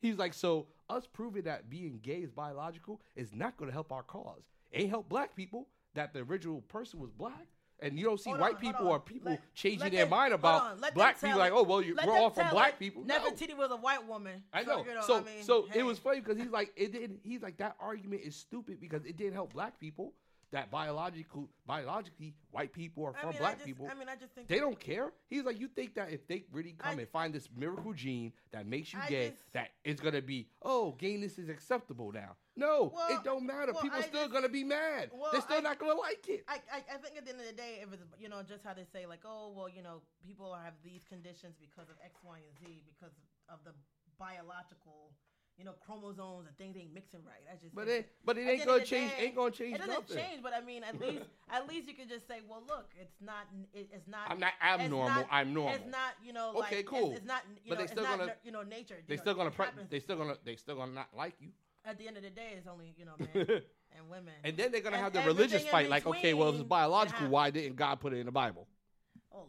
He's like, so us proving that being gay is biological is not going to help our cause. It ain't help black people that the original person was black. And you don't see
Hold
white
on, hold
people
on.
or people
Let-
changing
let
their
them-
mind
hold
about
on, let them
black people.
tell
Like,
it.
oh well, you,
Let
we're
them
all from
tell
black
it.
people. No.
Nefertiti was a white woman.
I know.
you
so
I mean,
so
hey.
it was funny because he's like it didn't. He's like that argument is stupid because it didn't help black people. That biological biologically white people are
I
from
mean, I
black
just-
people.
I mean, I just think
They don't care. He's like, you think that if they really come
I-
and find this miracle gene that makes you
I
gay,
just-
that it's gonna be, oh, gayness is acceptable now. No,
Well,
it don't matter.
well,
People
I
still
just-
gonna be mad.
well,
They're still
I-
not gonna like it.
I, I, I think at the end of the day, if it's you know just how they say like oh well you know people have these conditions because of X Y and Z because of the biological you know chromosomes and things ain't mixing right. I just
but
think
it, but it
at the
ain't
end
gonna
of the
change.
day,
ain't gonna change
it doesn't
nothing.
change. But I mean at least at least you can just say well look it's not it, it's not
I'm not
it's
abnormal.
not-
I'm normal.
It's not you know like,
Okay,
it's-
cool.
It's, not you
But
know
they
it's
still
not
gonna-
ner- you know nature. you
they
know,
still gonna
it
pre-
happens.
they still gonna they still gonna not like you.
at the end of the day it's only you know men and women
And then they're gonna
And
have the
everything
religious
in
fight. Like, okay, well, if it's
between, it
biological,
happens.
why didn't God put it in the Bible?
oh lord.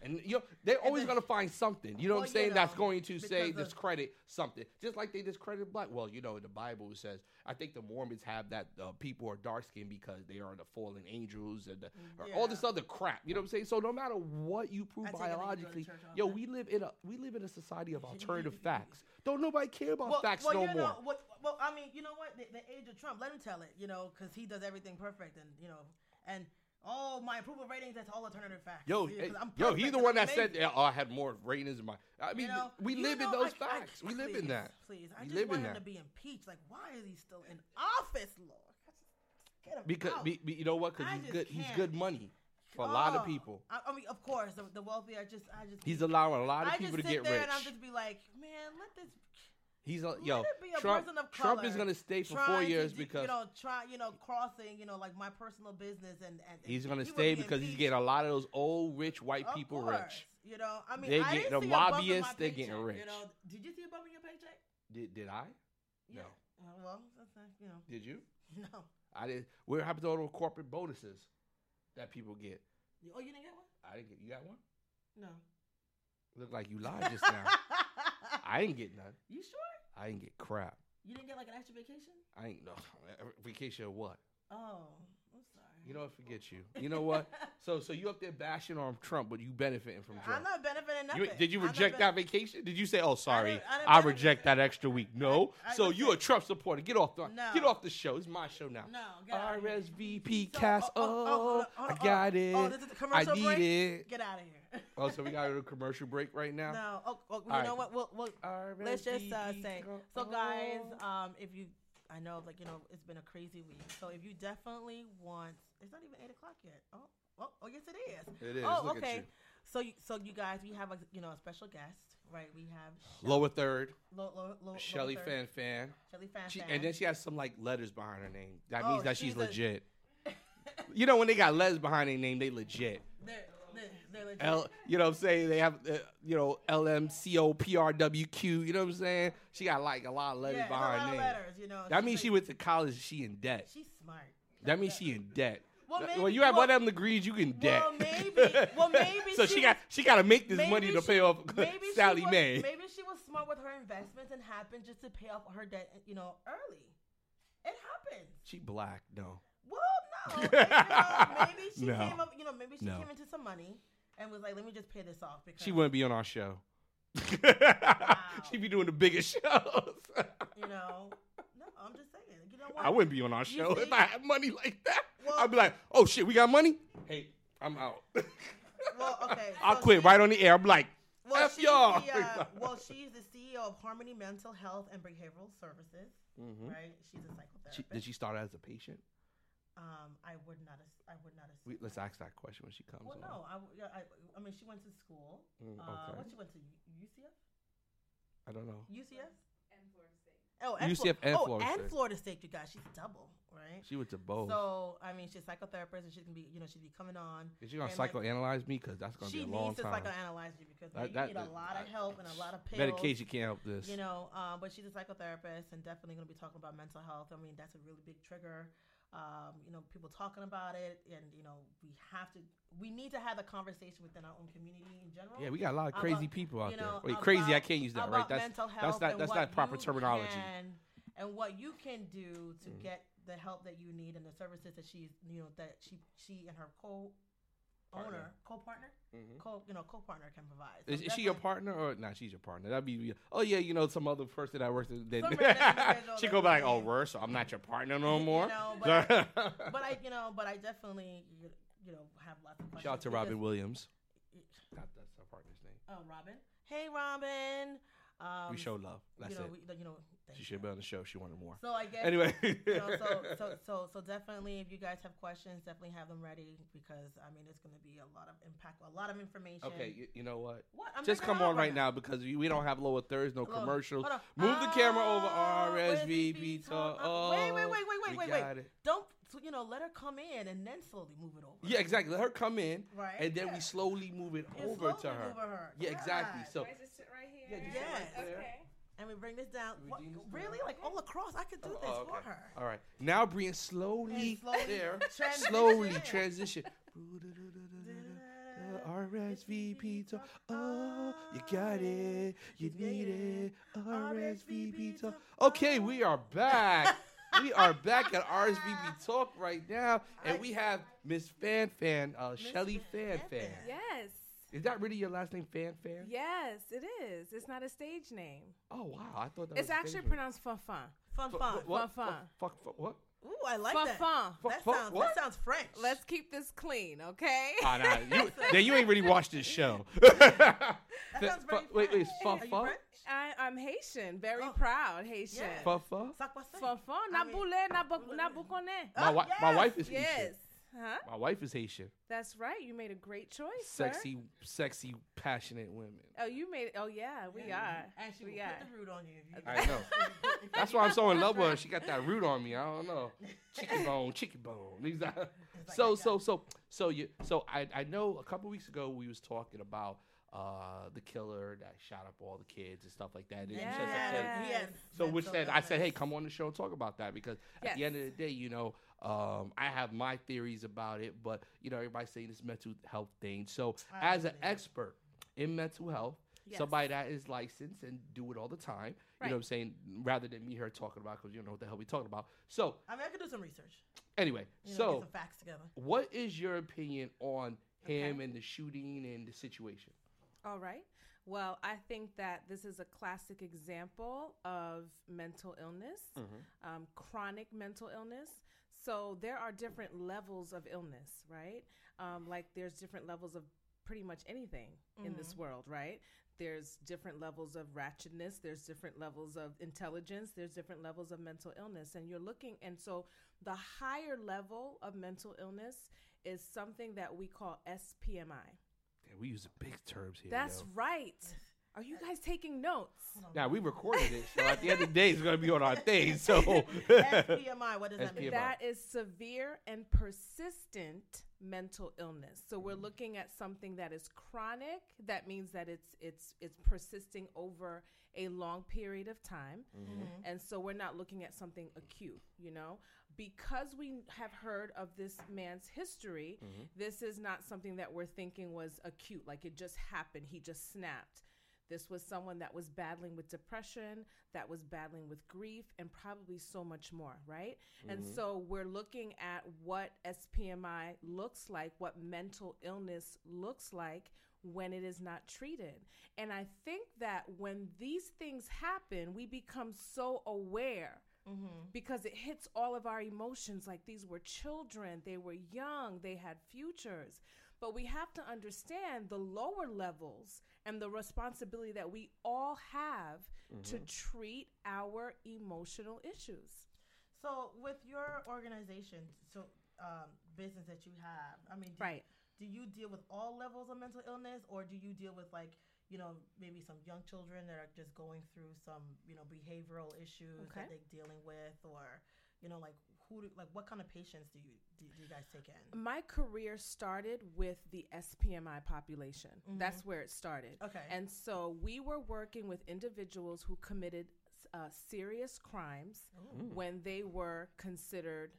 And you know, they're always
then-
going to find something. You know what
Well,
I'm
you
saying? That's
know,
going to say
because of-
discredit something. Just like they discredit black. Well, you know, in the Bible it says, I think the Mormons have that uh, people are dark skinned because they are the fallen angels and the, or all this
Yeah.
other crap. You know what I'm saying? So no matter what you prove
I take it that you go to
biologically,
church
yo,
often.
we live in a we live in a society of alternative facts. Don't nobody care about facts no
you
more.
Know, what, well, I mean, you know what? The, the age of Trump, let him tell it, you know, because he does everything perfect, and you know, and oh, my approval ratings, that's all alternative facts.
Yo,
Yeah,
eh,
'cause I'm
yo,
perfect
he's the
and
one
I'm
that said,
amazing.
"Yeah, oh, I had more ratings in my. I mean,
You know,
we
you
live in
know,
those
I- I-
facts. we live in
please,
that.
Please, I
We
just
live
want
in
him
that.
to be impeached. Like, why is he still in office, Lord? Get him
Because
out.
be, be- you know what? Because
Oh, I
he's
just
good. He's
can't.
good money for a lot of
Oh,
people.
I, I mean, of course, the, the wealthy. I just, I just,
He's allowing a lot of
I
people
just
to
sit
get
there
rich.
and I'll just be like, man, let this.
he's a, yo
it be a
Trump.
person of
Trump is
color
gonna stay for
trying
four
to
years
do-
because
you know, try, you know, crossing, you know, like my personal business, and, and
he's gonna
he would
stay
be
because he's
impeached.
getting a lot of those old rich white
Of
people
course.
rich.
You know, I mean,
They
I
get-
didn't
the
see a bump in my
lobbyists, they getting
paycheck,
rich.
You know, did you see a bump in your paycheck?
Did did I?
Yeah.
No.
Uh, well, that's not, you know,
Did you?
no.
I did. What happened to all those corporate bonuses that people get?
You- Oh, you didn't get one?
I didn't get. You got one?
No.
Look like you lied just now. I didn't get none.
you sure?
I didn't get crap.
You didn't get like an extra vacation?
I ain't no vacation or what?
Oh, I'm sorry.
You know what? Forget you. You know what? So so you up there bashing on Trump, but you benefiting from
I'm
Trump.
not benefiting nothing.
You, did you
I'm not
reject
ben-
that vacation? Did you say, "Oh, sorry,
didn't- I
I,
didn't benefit.
reject that extra week"? No.
I- I
so you a
listen.
Trump supporter? Get off the
No.
get off the show. It's my show now.
No, get out of here.
RSVP
So,
cast.
oh, oh,
Oh,
oh, oh,
I
oh,
got
Oh,
it.
this is the
I
commercial break.
need it.
Get out of here.
Oh, so we got a commercial break right now.
no. Oh, oh, you
right.
know what? We'll, we'll, let's just uh, say so guys um if you i know like you know it's been a crazy week so if you definitely want it's not even eight o'clock yet oh oh, oh yes it is
It is.
oh
Look
okay
at you.
so you so you guys we have a you know a special guest right we have
Lower third,
Lo, Lo, Lo,
Shelly
Lothar-
Fan Fan.
Shelly Fan
She,
Fan.
and then she has some like letters behind her name. That
Oh,
means that she's,
she's a-
legit. you know when they got letters behind their name, they legit.
they're, they're, they're legit.
L, you know what I'm saying? They have uh, you know L M C O P R W Q. You know what I'm saying? She got like a lot of letters
yeah, it's a
behind
lot
her
of
name.
letters you know
That
she's
means she
like-
went to college. She in debt.
she's smart
That means she in debt.
Well,
Th-
maybe-
when you have one
well-
of them degrees, you in debt.
well, maybe- well, maybe
so
she
she got
was-
she got to make this
Maybe
money to
she-
pay off
maybe she
Sally
was-
Mae.
Maybe she was smart with her investments and happened just to pay off her debt, you know, early. It happens.
She black, no.
Well, no. you know, maybe she
No.
came up. You know, maybe she
No.
came into some money and was like, "Let me just pay this off." Because
She wouldn't be on our show. She'd be doing the biggest shows.
You know. No, I'm just saying. You know what?
I wouldn't be on our
You
show
see?
if I had money like that.
Well-
I'd be like, oh shit, we got money? Hey, I'm out.
Well, okay.
I'll
so
quit
she-
right on the air. I'm like,
Well,
F
she's
y'all.
The, uh, well, she's the CEO of Harmony Mental Health and Behavioral Services,
Mhm.
right? She's a psychotherapist.
She- did she start out as a patient?
um, I would not. as- I would not assume.
We, let's
that.
ask that question when she comes
Well,
on.
no. I, w- yeah, I, I mean, she went to school.
Mm,
Uh,
okay.
what she went to U- UCF?
I don't know.
UCF?
And Florida State.
Oh, and
UCF and
oh,
Florida
and
State.
Florida State, you guys. She's double, right?
She went to both.
So I mean, she's a psychotherapist, and she can be, you know, she'd be coming on.
Is she gonna
and, like,
psychoanalyze me? Cause that's gonna
She
be a long
needs to
time.
psychoanalyze you because
That-
man, you
that-
need a lot of
I-
help and a lot of pills.
Medication can't help this.
You know, um, but she's a psychotherapist and definitely going to be talking about mental health. I mean, that's a really big trigger. Um, you know, people talking about it, and you know, we have to, we need to have the conversation within our own community in general.
yeah, we got a lot of
about-
crazy people out
you know,
there. Wait, crazy?
about-
I can't use that, right?
about
That's
mental health
that's not
and
that's
what
not proper
you
terminology. Mm.
can- and what you can do to get the help that you need and the services that she's you know that she she and her co owner
Partner.
co partner
Mhm.
co you know co partner can provide. So
Is, is she your
definitely-
partner or not? Nah, she's your partner. That'd be oh yeah, you know some other person that works. Then
Some random individual
she
that
go be like,
comes
oh,
in.
worse. So I'm not your partner no
You
more.
know, but But I you know but I definitely you you know have lots of questions.
shout out to
because-
Robin Williams. Not that's her partner's name.
Oh Robin, hey Robin. Um,
we show love. That's
you know,
it.
We, you know, thank
she
you.
should be on the show. She wanted more.
So I guess
Anyway,
you know, so, so, so, so definitely, if you guys have questions, definitely have them ready because I mean, it's going to be a lot of impact, a lot of information.
okay, you, you know what?
What? I'm
Just
freaking
come
out
on right now because we we don't have lower thirds, no
Hello.
commercials.
Hold on.
Move the camera over
Ah,
RSVP talk.
Uh, Wait, wait, wait,
Oh, we
wait, wait, wait,
got
wait.
it.
Don't so, you know? Let her come in and then slowly move it over.
Yeah, exactly. Let her come in,
Right.
and then
Yeah.
we slowly move it
And
over to
slowly
her.
move her.
Yeah, exactly.
God.
So
Oh.
Do I just sit right here?
Yeah, just
sit right
there.
Okay.
and we bring this down.
We
What,
do this
really,
down.
like all across, I could do
Oh,
this
oh,
for
okay.
her.
All right. Now bring it slowly,
And slowly
there.
transition.
Slowly transition. Uh, RSVP talk. Oh, you got it. You need it. RSVP talk. Okay, we are back. We are back at RSVP talk right now, and we have Miss Fan Fan, uh, Shelly
Fan
Fan Fan.
Fan.
Yes.
Is that really your last name, Fan Fan?
Yes, it is. It's not a stage name.
Oh wow, I thought that was
It's
a stage
actually
name.
pronounced Fanfan.
Fun,
Fu-
fun.
what- what-
Fan.
Fuck, fuck, what?
Ooh, I like that.
Fanfan.
Fu-
That
fu-
sounds.
what?
That sounds French.
Let's keep this clean, okay?
Ah, nah, you, then you ain't really watched this show.
That sounds
Fu-
very
wait, wait,
French.
fu-
Are you
fu-
French?
I, I'm Haitian, very
Oh.
proud Haitian.
Yes.
Fanfan.
Fa- fa?
Sac Wassin.
Na
mean-
boule, na bo-
Boule-
na bokone.
My,
Oh,
wi- my
yes,
wife is
Uh, Yes.
Haitian.
Huh?
My wife is Haitian.
That's right. You made a great choice, sir.
Sexy, sexy, passionate women.
Oh, you made Oh, yeah, we
Yeah.
are.
And she
we
will
are.
put the root on you. If you
I know. That's why I'm so in love with her. She got that root on me. I don't know. Chicken bone, chicken bone. These are-
like
so,
I got
so, so, so you. So I, I know a couple weeks ago we was talking about uh the killer that shot up all the kids and stuff like that. And you said something-
Yeah.
Yes.
So which
Mental
said I said, hey,
illness.
come on the show and talk about that because at the
Yes.
end of the day, you know, um, I have my theories about it, but you know, everybody's saying this mental health thing. So
I
as an
believe it.
expert in mental health,
Yes.
somebody that is licensed and do it all the time, you
Right.
know what I'm saying, rather than me here talking about because you don't know what the hell we talking about. So
I mean, I could do some research.
Anyway,
You know, get
so
some facts together.
what is your opinion on him
Okay.
and the shooting and the situation?
All right. Well, I think that this is a classic example of mental illness, um, chronic mental illness. So there are different levels of illness, right? Um, like there's different levels of pretty much anything in
Mm-hmm.
this world, right? There's different levels of ratchetness, there's different levels of intelligence, there's different levels of mental illness. And you're looking, and so the higher level of mental illness is something that we call SPMI.
Damn, we using big terms here.
That's
yo.
right. Are you guys taking notes?
Oh.
now we recorded it, so at the end of the day, it's gonna be on our thing. So
SPMI, what does that mean?
SPMI.
That is severe and persistent mental illness. So we're looking at something that is chronic. That means that it's it's it's persisting over a long period of time. And so we're not looking at something acute, you know? Because we have heard of this man's history, this is not something that we're thinking was acute, like it just happened, he just snapped. This was someone that was battling with depression, that was battling with grief, and probably so much more, right? And so we're looking at what SPMI looks like, what mental illness looks like when it is not treated. And I think that when these things happen, we become so aware because it hits all of our emotions like these were children, they were young, they had futures. But we have to understand the lower levels and the responsibility that we all have to treat our emotional issues.
So, with your organization, so um, business that you have, I mean, do,
Right.
do you deal with all levels of mental illness, or do you deal with like, you know, maybe some young children that are just going through some, you know, behavioral issues
Okay.
that they're dealing with, or, you know, like who, do, like what kind of patients do you do, do you guys take in?
My career started with the SPMI population. That's where it started.
Okay.
And so we were working with individuals who committed uh, serious crimes when they were considered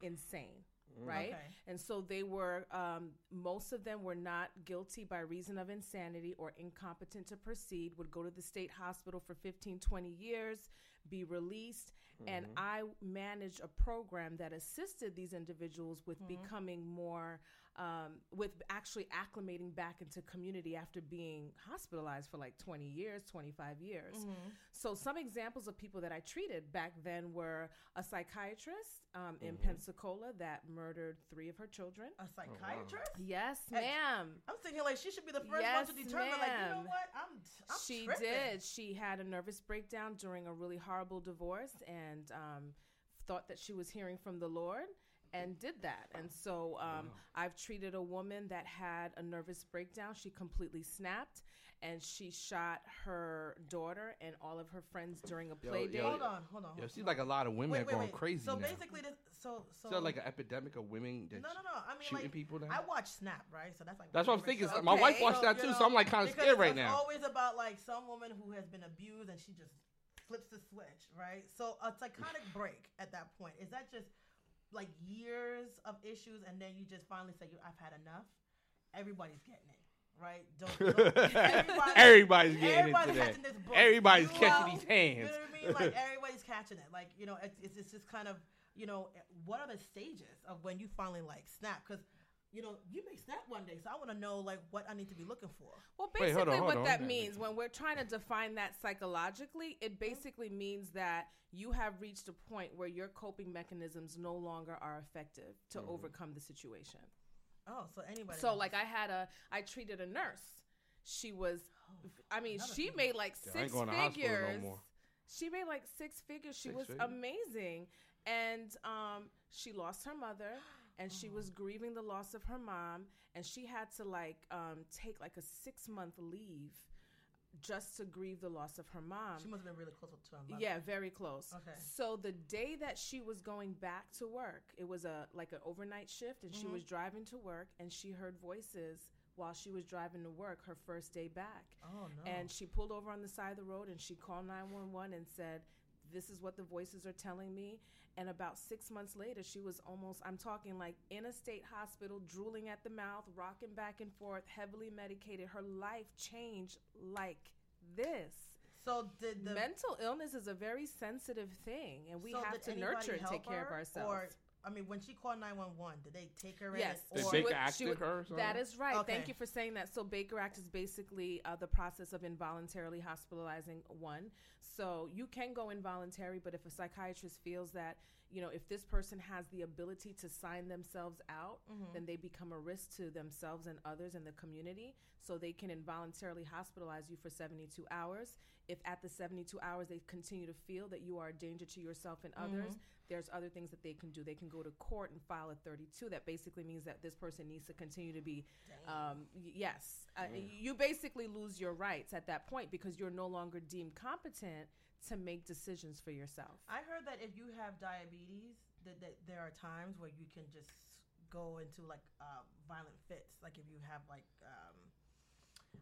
insane, right?
Okay.
And so they were, um, most of them were not guilty by reason of insanity or incompetent to proceed, would go to the state hospital for 15, 20 years, be released. And I managed a program that assisted these individuals with becoming more, um, with actually acclimating back into community after being hospitalized for like 20 years, 25 years. So, some examples of people that I treated back then were a psychiatrist um, in
Mm-hmm.
Pensacola that murdered three of her children.
Oh,
A psychiatrist?
Yes,
Hey,
ma'am.
I'm thinking like she should be the first
Yes,
one to determine, like, you know
ma'am.
what? I'm, I'm
she
tripping.
did. She had a nervous breakdown during a really horrible divorce and um, thought that she was hearing from the Lord and did that. And so um, I've treated a woman that had a nervous breakdown. She completely snapped and she shot her daughter and all of her friends during a play date.
yo,
Hold on, hold on.
yo,
hold
it seems like a lot of women
Wait,
are
wait,
going
wait.
crazy
So
now.
basically, this, so so
Is there like an epidemic of women that
no, no, no. I mean, like,
shooting people now?
I watch Snap, right? So that's like
That's what I'm
favorite
thinking.
show.
My wife
Okay.
watched that
you
too,
know,
so I'm like kind of
because
scared right
it's
now.
Always about like some woman who has been abused and she just flips the switch, right? So a psychotic break at that point is that just like years of issues, and then you just finally say, "You, I've had enough." Everybody's getting it, right? Don't, don't
Everybody's getting
everybody's
into that.
catching this book.
Everybody's
You
catching
know?
these hands.
You know what I mean? Like everybody's catching it. Like you know, it's it's, it's just kind of you know, what are the stages of when you finally like snap? Because you know, you may snap one day, so I want to know like what I need to be looking for.
Well,
Wait,
basically,
hold on, hold
what
on.
that means when we're trying to define that psychologically, it basically means that you have reached a point where your coping mechanisms no longer are effective to overcome the situation.
Oh, so anybody?
So,
knows.
like, I had a, I treated a nurse. She was,
Oh,
I mean,
another
she
thing.
made like
Yeah, I ain't
six
going to hospital no
figures.
more.
She made like six figures. She
Six
was
figures?
amazing, and um, she lost her mother, and she was grieving the loss of her mom, and she had to like um, take like a six month leave just to grieve the loss of her mom.
she must have been really close to her mother.
um, Yeah, very close.
Okay.
So the day that she was going back to work, it was a like an overnight shift, and
Mm-hmm.
she was driving to work, and she heard voices while she was driving to work her first day back.
Oh no.
And she pulled over on the side of the road and she called 911 and said, This is what the voices are telling me. And about six months later, she was almost, I'm talking like in a state hospital, drooling at the mouth, rocking back and forth, heavily medicated. Her life changed like this
so did the
mental illness is a very sensitive thing and we
so
have
did
to
anybody
nurture and
help
take care of
her,
ourselves
Or I mean, when she called 911, did they take her
Yes.
in?
Did
Or-
Or,
They-
Baker
would-
act
she
to
would-
her? or something?
That is right. Thank
Okay.
you for saying that. So Baker Act is basically uh, the process of involuntarily hospitalizing one. So you can go involuntary, but if a psychiatrist feels that you know if this person has the ability to sign themselves out,
Mhm.
then they become a risk to themselves and others in the community. So they can involuntarily hospitalize you for 72 hours. If at the 72 hours they continue to feel that you are a danger to yourself and others, there's other things that they can do. They can go to court and file a 32. That basically means that this person needs to continue to be, um, y- yes. Uh, you basically lose your rights at that point because you're no longer deemed competent to make decisions for yourself.
I heard that if you have diabetes, that, that there are times where you can just go into like uh, violent fits. Like if you have like, um,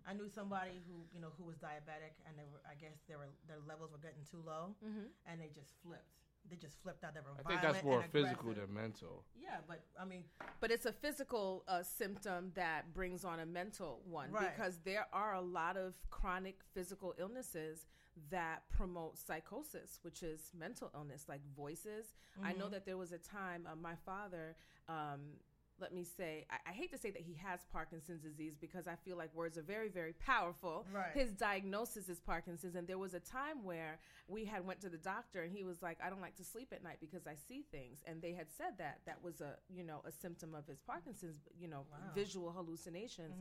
I knew somebody who you know who was diabetic, and they were, I guess they were, their levels were getting too low,
Mhm.
and they just flipped. They just flipped out. They were
I think
violent
that's more
and
physical
aggressive.
than mental.
Yeah, but I mean,
But it's a physical uh, symptom that brings on a mental one
Right.
because there are a lot of chronic physical illnesses that promote psychosis, which is mental illness, like voices. I
Mm-hmm.
know that there was a time uh, my father. Um, let me say, I, I hate to say that he has Parkinson's disease because I feel like words are very, very powerful.
mm-hmm. Right.
His diagnosis is Parkinson's, and there was a time where we had went to the doctor, and he was like, "I don't like to sleep at night because I see things," and they had said that that was a you know a symptom of his Parkinson's, you know,
Wow. Mm-hmm.
visual hallucinations.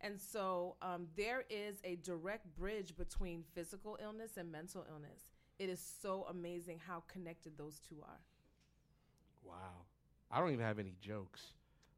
And so um, there is a direct bridge between physical illness and mental illness. It is so amazing how connected those two are.
Wow. I don't even have any jokes.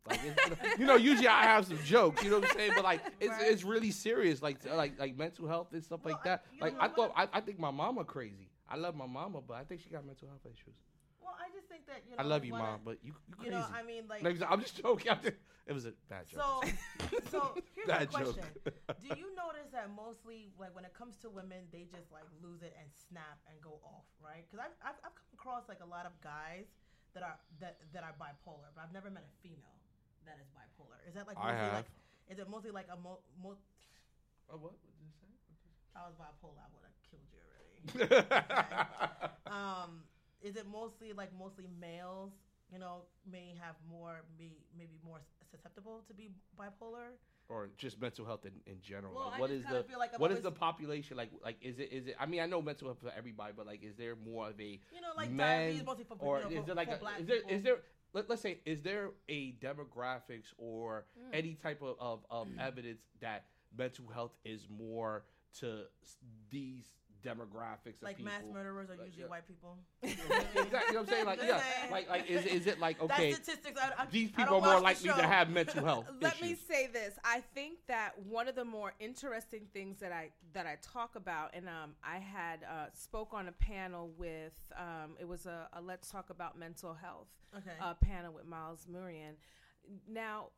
Like it's, you know, usually I have some jokes. You know what I'm saying? But like, it's
Right.
it's really serious. Like like like mental health and stuff
No,
like
I-
that.
you
like
know
I
what?
thought I, I think my mama crazy. I love my mama, but I think she got mental health issues.
well, I just think that you know.
I love
we
you,
wanna-
mom, but you
You
you crazy.
know, I mean, like,
Like, I'm just joking. I'm just- it was a bad joke.
So, so here's a
Bad
question:
joke.
Do you notice that mostly, like when it comes to women, they just like lose it and snap and go off, right? Because I've, I've I've come across like a lot of guys that are that that are bipolar, but I've never met a female that is bipolar. Is that like
I
mostly
have.
like is it mostly like a mo, mo
Oh, what?
I was bipolar, I would have killed you already.
What did you say?
um, is it mostly like mostly males? You know, may have more, may, maybe more susceptible to be bipolar.
or just mental health in, in general.
Well,
like,
I
what
just
is
kinda
the
feel like I'm
what is
always-
the population like? Like, is it is it? I mean, I know mental health for everybody, but like, is there more of a
You know, like
men,
diabetes mostly for,
or
you know,
is
for,
there like
for
a,
black
is there
people.
is there let, let's say is there a demographics or any type of of, of evidence that mental health is more to s- these demographics of
like
people?
mass murderers are
like,
usually
yeah.
white people.
exactly, you know what I'm saying? Like,
Just
yeah,
saying.
like like is is it like okay?
That's statistics. I, I,
These
I don't
people are more
watch the
likely to
show.
have mental health
Let me
issues.
say this. I think that one of the more interesting things that I that I talk about, and um, I had uh, spoke on a panel with um, it was a, a let's talk about mental health
Okay.
uh, panel with Miles Murian. Now,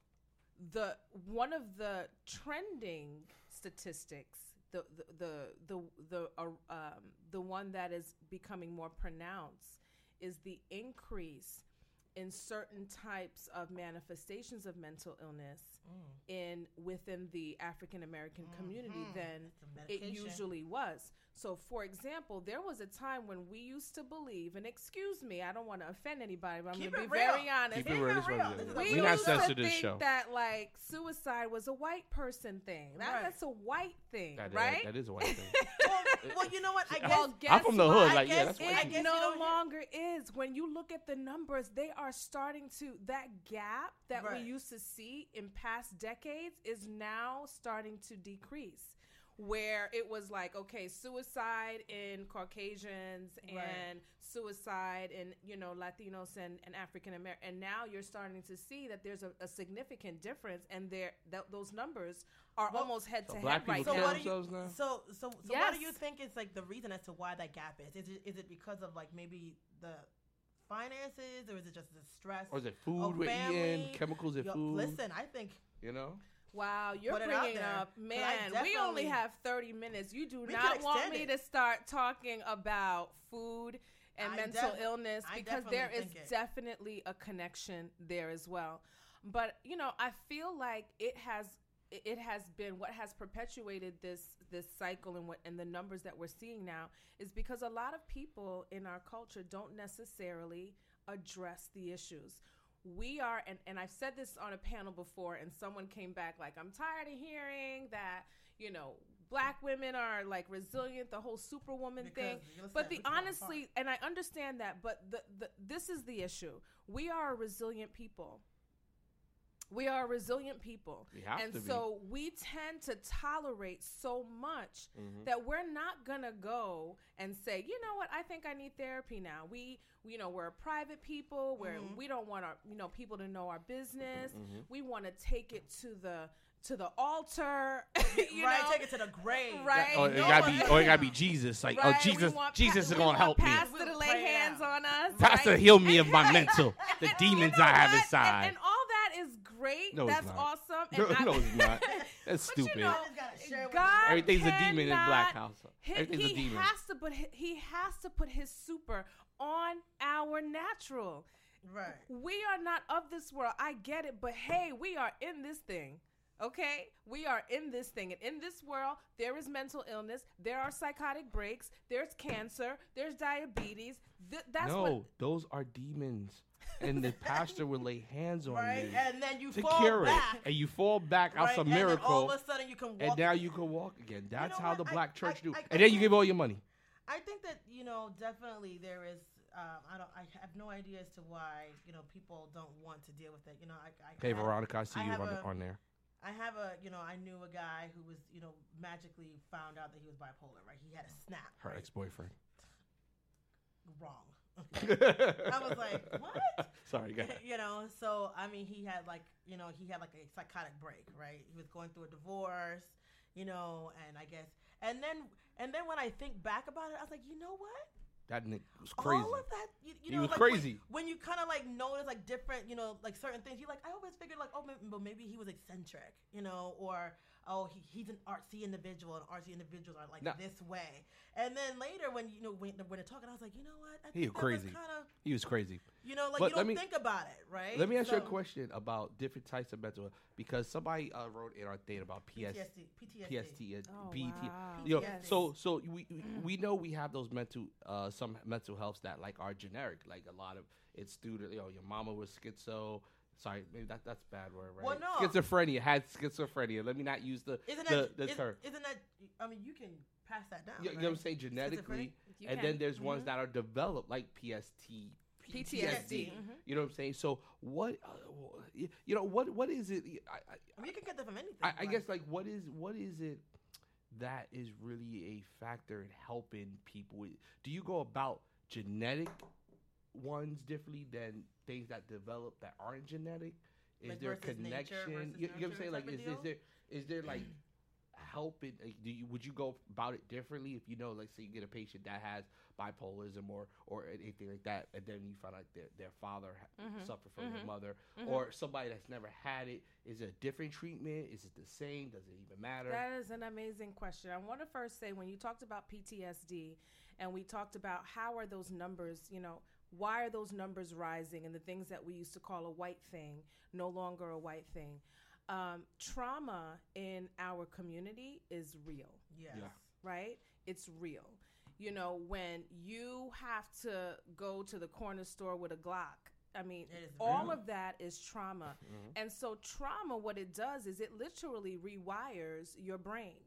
the one of the trending statistics, the the the the the, uh, um, the one that is becoming more pronounced, is the increase in certain types of manifestations of mental illness
Mm,
in within the African American community
Mhm.
than
It's a
it
medication.
usually was. So, for example, there was a time when we used to believe, and excuse me, I don't want to offend anybody, but I'm
Keep
going to be
it real.
very honest.
Keep it real. This one,
real.
yeah,
This is
yeah.
a
We
We
not
used to
censored this
think
show.
that like suicide was a white person thing. That,
Right.
That's a white thing,
That- that-
right?
that is a white thing.
well, well, you know what? I guess
well, guess
I'm from the hood.
what?
Like, yeah,
guess
that's
it- I
white.
it
people.
guess- you
no
don't hear-
longer is. When you look at the numbers, they are starting to that gap that
Right.
we used to see in past decades is now starting to decrease. Where it was like, okay, suicide in Caucasians and
Right.
suicide in you know Latinos and, and African American, and now you're starting to see that there's a, a significant difference, and there th- those numbers are
Well-
almost head
So
to head
black
right
people
so.
kill
now.
What do you?
themselves now?
So so so what do you
Yes.
think is like the reason as to why that gap is? Is it is it because of like maybe the finances, or is it just the stress?
Or is it food we're eating,
family,
chemicals in
Yo,
food?
Listen, I think
You know?
Wow, you're
Put it out
bringing
there.
up,
'Cause I
man. We only
definitely-
have 30 minutes. You do
We
not
could
want
extend
me
it.
to start talking about food and
I
mental
defi-
illness
I
because there is
definitely think it.
definitely a connection there as well. But you know, I feel like it has it- it has been what has perpetuated this this cycle and what and the numbers that we're seeing now is because a lot of people in our culture don't necessarily address the issues. We are, and, and I've said this on a panel before, and someone came back like, I'm tired of hearing that, you know, black women are like resilient, the whole superwoman thing. But the honestly, and I understand that, but the, the this is the issue. We are a resilient people. We are a resilient people.
We have
and
to be.
so we tend to tolerate so much
Mhm.
that we're not gonna go and say, you know what, I think I need therapy now. We, we- you know, we're private people. We're
Mhm.
we don't want our, you know, people to know our business.
Mm-hmm.
Mhm.
We want to take it to the to the altar. you
right,
know,
take it to the grave.
Right.
Or oh, it
No
gotta be,
one-
or it gotta be Jesus. Like,
Right,
oh
we
Jesus,
want pa-
Jesus is
we
gonna
want
help me.
Pastor to lay
Pray
hands on us.
Pastor,
right?
heal me of my
Right.
mental, the
And you
demons
know
I have
what?
inside.
And, and all that is great.
No, it's
That's
not.
awesome.
No,
And I-
no, it's not. That's
But you
stupid.
know, God
Everything's a demon in black
cannot
house.
He,
Everything's
he
a demon.
has to, but he- he has to put his super on our natural.
Right.
We are not of this world. I get it, but hey, we are in this thing. Okay? We are in this thing. And in this world, there is mental illness, there are psychotic breaks, there's cancer, there's diabetes. Th- that's
no,
what
those are demons, and the pastor would lay hands on
Right.
you
And then you
Oh, to
fall
cure
back.
it, and you fall back.
right?
That's a
And then all
miracle,
of a sudden you can walk.
and now you can walk again. That's
know
how
what?
the
I-
black
I-
church do.
I-
and
I
then you
think-
give all your money.
I think that you know definitely there is. Um, I don't. I have no idea as to why you know people don't want to deal with it. You know, I. I
Hey
I-
Veronica, I see
I
you
have
on,
a-
on there.
I have a, you know, I knew a guy who was, you know, magically found out that he was bipolar, right? He had a snap.
Her
right?
ex-boyfriend.
Wrong.
I
was like, what?
Sorry, go ahead.
you know, so, I mean, he had like, you know, he had like a psychotic break, right? He was going through a divorce, you know, and I guess, and then, and then when I think back about it, I was like, you know what?
That nigga was crazy.
All of that, you, you
He
know,
was
like, when-
crazy.
When, you kind of like notice like different, you know, like certain things, you like I always figured like, oh, maybe, but maybe he was eccentric, you know, or oh, he, he's an artsy individual, and artsy individuals are like
Nah.
this way. And then later, when you know when, when they're talking, I was like, you know what? I
He crazy.
Kind of,
He was crazy.
you know, like
But
you
let
don't
me-
think about it, right?
Let me ask you a
So-
question about different types of mental health because somebody uh, wrote in our thing about PS,
PTSD, PTSD.
PST, uh,
Oh,
BT.
wow.
You know,
PTSD.
so so we
Mm.
we know we have those mental uh, some mental healths that like are generic. Like a lot of it's due to you know your mama was schizo. Sorry, maybe that that's a bad word, right?
Well, no.
Schizophrenia had schizophrenia. Let me not use the
Isn't
the,
that
the
is,
term.
isn't that? I mean, you can pass that down.
You, you
Oh, right?
know what I'm saying? Genetically,
You
and
can.
then there's
Mm-hmm.
ones that are developed like PST, PTSD.
PTSD.
You know what I'm saying? So what, uh, wh- you you know what what is it? I, I,
I mean, you can get that from anything.
I, I
like-
guess like what is what is it that is really a factor in helping people? Do you go about genetic ones differently than things that develop that aren't genetic? Is
Like
there a
versus nature
connection?
versus
you, you know what I'm
nurture
saying? Like
type
is,
of
is
deal?
there is there like helping? Like, do you would you go about it differently if you know, like, say you get a patient that has bipolarism or or anything like that, and then you find out their their father ha-
Mm-hmm.
Mhm.
suffered from their
Mhm.
mother,
Mhm.
or somebody that's never had it? Is it a different treatment? Is it the same? Does it even matter?
That is an amazing question. I want to first say when you talked about PTSD and we talked about how are those numbers, you know, why are those numbers rising and the things that we used to call a white thing no longer a white thing. Um, trauma in our community is real
Yes.
Yeah.
right? It's real. You know, when you have to go to the corner store with a Glock, I mean,
It is
all
real.
of that is trauma. And so, trauma, what it does is it literally rewires your brain.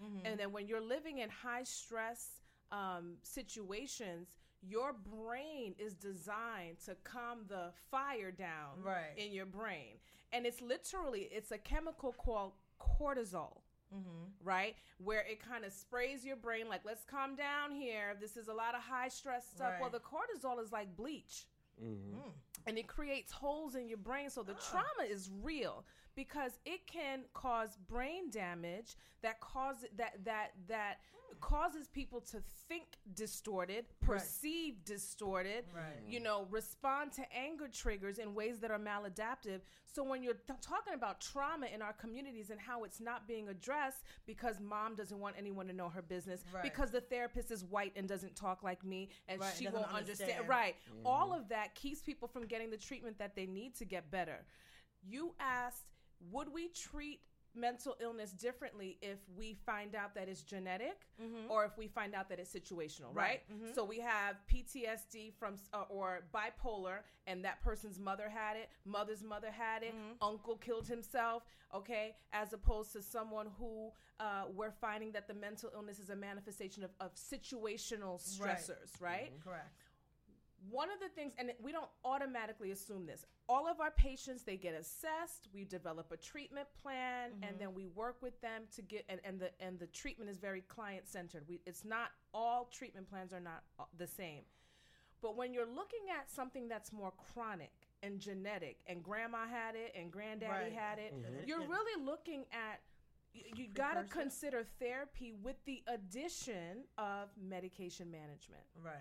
Mm-hmm.
Mm-hmm. And then, when you're living in high stress um, situations, your brain is designed to calm the fire down
Right.
in your brain. And it's literally, it's a chemical called cortisol
Mm-hmm.
right? Where it kind of sprays your brain, like, let's calm down here. This is a lot of high stress stuff. Well,
Right.
the cortisol is like bleach
Mm-hmm.
and it creates holes in your brain. So the
Ah.
trauma is real because it can cause brain damage that cause that that that causes people to think distorted,
Hmm. Right.
perceive distorted,
Right.
you know, respond to anger triggers in ways that are maladaptive. So when you're t- talking about trauma in our communities and how it's not being addressed because mom doesn't want anyone to know her business,
Right.
because the therapist is white and doesn't talk like me, and
Right,
she
doesn't
won't understand.
understand.
Right,
Mm-hmm.
all of that keeps people from getting the treatment that they need to get better. You asked, would we treat mental illness differently if we find out that it's genetic
Mhm.
or if we find out that it's situational, right?
Right. Mhm.
So we have PTSD from s- uh, or bipolar, and that person's mother had it, mother's mother had it,
Mhm.
uncle killed himself, okay? As opposed to someone who uh, we're finding that the mental illness is a manifestation of, of situational
Right.
stressors, right?
Oh, Correct.
One of the things, and we don't automatically assume this, all of our patients, they get assessed, we develop a treatment plan,
Mm-hmm.
and then we work with them to get, and, and, the, and the treatment is very client centered. We, it's not, all treatment plans are not uh, the same. But when you're looking at something that's more chronic and genetic, and grandma had it, and granddaddy
Right.
had it,
Mm-hmm.
Mhm.
you're
And-
really looking at, you, you gotta
Precursor?
consider therapy with the addition of medication management.
Right.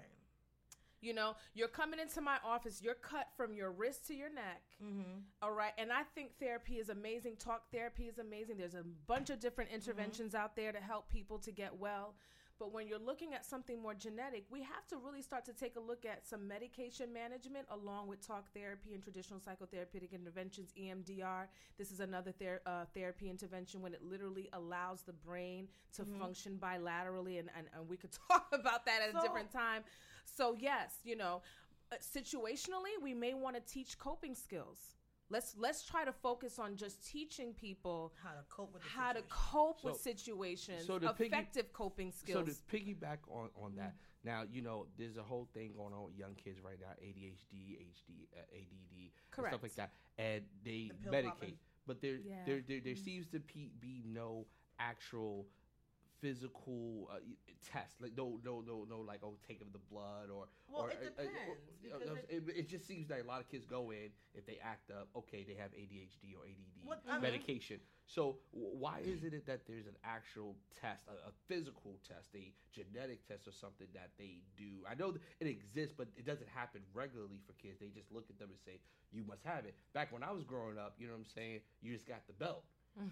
You know, you're coming into my office, you're cut from your wrist to your neck.
Mm-hmm.
All right. And I think therapy is amazing. Talk therapy is amazing. There's a bunch of different interventions out there to help people to get well. But when you're looking at something more genetic, we have to really start to take a look at some medication management along with talk therapy and traditional psychotherapeutic interventions, E EMDR. This is another ther- uh, therapy intervention when it literally allows the brain to function bilaterally. And, and, and we could talk about that at
So-
a different time. So, yes, you know, uh, situationally, we may want to teach coping skills. Let's let's try to focus on just teaching people
How to cope with the
how to
situation.
cope with
So-
situations,
so to piggy-
effective coping skills. Mm-hmm.
So to piggyback on on that, now you know there's a whole thing going on with young kids right now, ADHD, HD, uh, ADD, and stuff like
Correct.
that, and they
The pill
medicate.
popping.
But there,
Yeah. Mm-hmm.
there, there, there seems to pe- be no actual physical uh, y- test, like no, no, no, no, like oh, take of the blood or
Well,
or,
it
uh, uh,
depends,
uh, uh,
because
it, it just seems like a lot of kids go in if they act up. Okay, they have ADHD or ADD
What- I mean-
medication. So w- why is it that there's an actual test, a, a physical test, a genetic test or something that they do? I know th- it exists, but it doesn't happen regularly for kids. They just look at them and say, "You must have it." Back when I was growing up, you know what I'm saying? You just got the belt.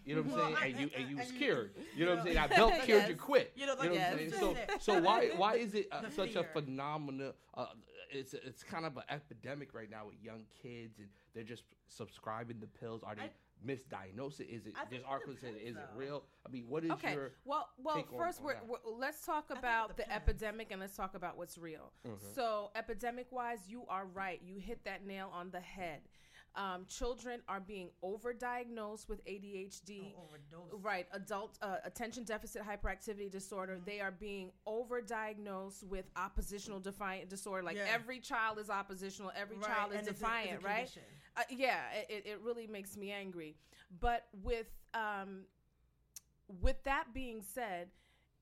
You know what I'm
Well,
saying?
I-
and you
I-
and you
I-
was
I-
cured. You know what I'm saying?
Yeah.
I belt cured, you
Yes.
quit.
You know, like,
what I'm
yes.
saying? So so why why is it uh,
The
such a
fear.
phenomenon? Uh, it's it's kind of an epidemic right now with young kids, and they're just subscribing to pills. Are they
I-
misdiagnosed? Is it
I think
this
it
article said
depends,
is it
though.
real? I mean, what is
okay.
your
well, well,
take on-
first
on
we're,
that?
we're, let's talk
think it
about the
depends.
epidemic and let's talk about what's real.
Uh-huh.
So, epidemic wise, you are right. You hit that nail on the head. Um, children are being overdiagnosed with ADHD.
Don't overdose.
Right, adult uh, attention deficit hyperactivity disorder.
Mm-hmm.
They are being overdiagnosed with oppositional defiant disorder. Like
Yeah.
every child is oppositional, every
Right,
child is
and it's a- it's a
defiant, right?
condition.
Uh, yeah, it- it, it really makes me angry. But with um, with that being said,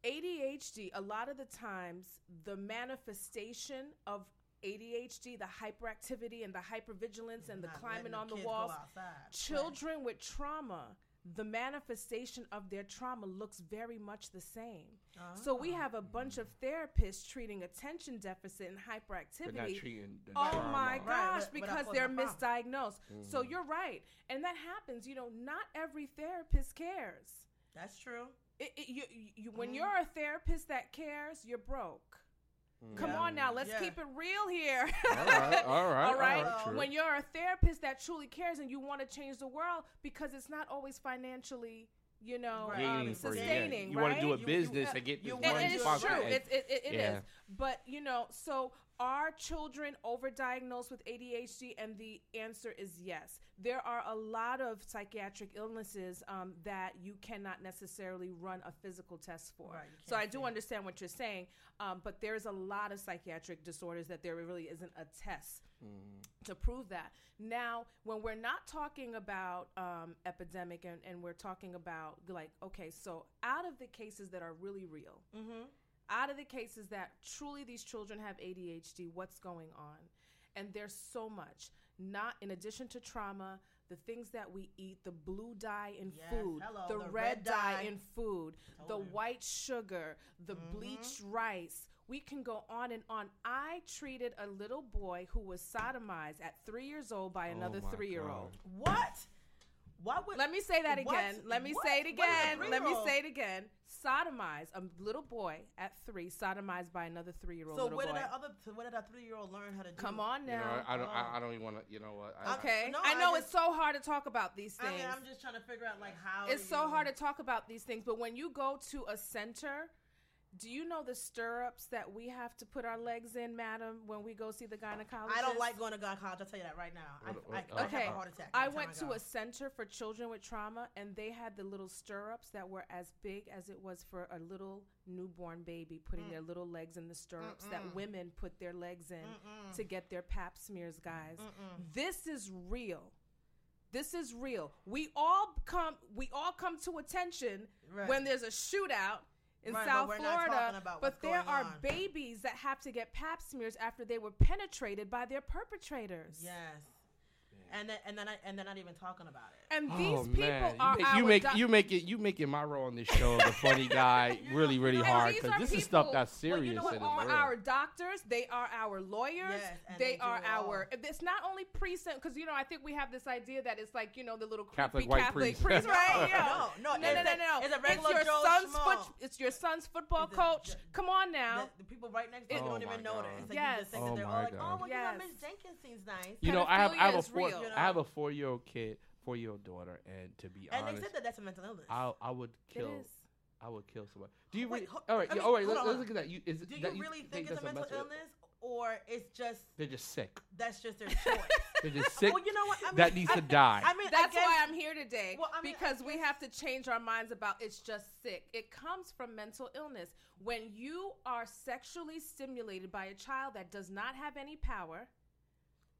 ADHD, a lot of the times, the manifestation of ADHD, the hyperactivity and the hypervigilance and the
Not
climbing
letting
on the
kids go
walls,
outside.
children with trauma the manifestation of their trauma looks very much the same
Uh-huh.
so
Ah.
we have a bunch of therapists treating attention deficit and
they're not
hyperactivity
treating the
Oh
trauma.
my
Right,
gosh,
what- what
because
caused
they're
the problem.
misdiagnosed. So
Mm-hmm.
you're right. And that happens. You know, not every therapist cares.
That's true.
It, it, you, you,
Mm-hmm.
when you're a therapist that cares, you're broke. Come
Yeah.
on now, let's
Yeah.
keep it real here.
All right, all right,
All right.
true.
When you're a therapist that truly cares and you want to change the world because it's not always financially, you know,
Right.
um,
Gaining for you, yeah.
sustaining,
you
right?
want to do a
You- you-
business
uh,
and get this
you
one
want
it, it is
sponsor.
true.
and-
It, it, it, it
Yeah.
is. But you know, so are children overdiagnosed with ADHD? And the answer is yes. There are a lot of psychiatric illnesses um, that you cannot necessarily run a physical test for.
Right, you
so I
can't
do
see it.
understand what you're saying, um, but there's a lot of psychiatric disorders that there really isn't a test
Mm.
to prove that. Now, when we're not talking about um, epidemic and, and we're talking about like, okay, so out of the cases that are really real,
Mm-hmm.
mm-hmm. out of the cases that truly these children have ADHD, what's going on? And there's so much. Not in addition to trauma, the things that we eat, the blue dye in
Yes,
food,
hello,
the, red, dye, Mm-hmm. in food, the
Told you.
white sugar, the bleached rice. We can go on and on. I treated a little boy who was sodomized at three years old by another
my
three year old.
God.
What? Why would
Let me say that
What?
again. Let me
What?
say it
What is a
again. Let me
three-year-old?
say it again. Sodomized a little boy at three. Sodomized by another three-year-old
so
little
where
boy.
did that other so where did that three year old learn how to do
Come
it?
on
You know,
now.
I, I don't.
Oh.
I, I don't even want to. You know what? I,
okay,
No,
I
I
know
just-
it's so hard to talk about these
I
things.
mean, I'm just trying to figure out like how
it's
do
so
you-
hard to talk about these things. But when you go to a center, do you know the stirrups that we have to put our legs in, madam, when we go see the gynecologist?
I don't like going to God college. I'll tell you that right now. I,
What-
I,
what-
I
okay.
have a heart attack.
I
every time
went to
go.
a center for children with trauma, and they had the little stirrups that were as big as it was for a little newborn baby, putting
Mm.
their little legs in the stirrups that women put their legs in to get their pap smears, guys. This is real. This is real. We all come. We all come to attention
Right.
when there's a shootout in
Right, but
South
we're not talking
Florida.
about
But
what's
there
going
are
on.
babies that have to get pap smears after they were penetrated by their perpetrators.
yes, and then, and then I and they're not even talking about it.
And these
oh
people
man,
are
you
our
make,
doc-
you make you make it you making my role on this show the funny guy really really
And
hard
these
because
are
this is stuff
people-
that's
well, you
serious
know what,
and it's
are
real.
our doctors. They are our lawyers.
Yes, and
they,
they do
are
it all.
our. It's not only precinct because you know I think we have this idea that it's like you know the little creepy
Catholic white
Catholic
priest.
priest, right? Yeah.
No, no,
no, no,
it's
no,
a-
no.
it's a regular
your
Joe
son's
Schmo.
It's your son's football
The-
coach.
the-
Come on now.
The, the people right next to you
Oh
don't even
my
know that.
God.
It's like
Yes.
you just think
Oh
that they're
my
all like,
God.
oh, well, you know,
Yes.
Miss Jenkins seems nice.
you know, I have I have
pedophilia
a
is
four
real.
I have a four year old kid, four year old daughter, and to be
and they
honest,
said that that's a mental illness.
I I would
it
kill
is.
I would kill somebody. Do you
Wait,
really?
ho-
all right,
I
yeah,
mean,
all right.
hold
Let's,
on,
let's
hold
look at that. You, is,
Do
that
you really think, it's
that's
a mental, illness or it's just
They're just sick.
that's just their choice?
They're just sick.
well, you know what? I mean,
that needs
I,
to die.
I mean, I
That's
guess-
why I'm here today
Well, I mean, I
because we
guess-
have to change our minds about it's just sick. It comes from mental illness. When you are sexually stimulated by a child that does not have any power,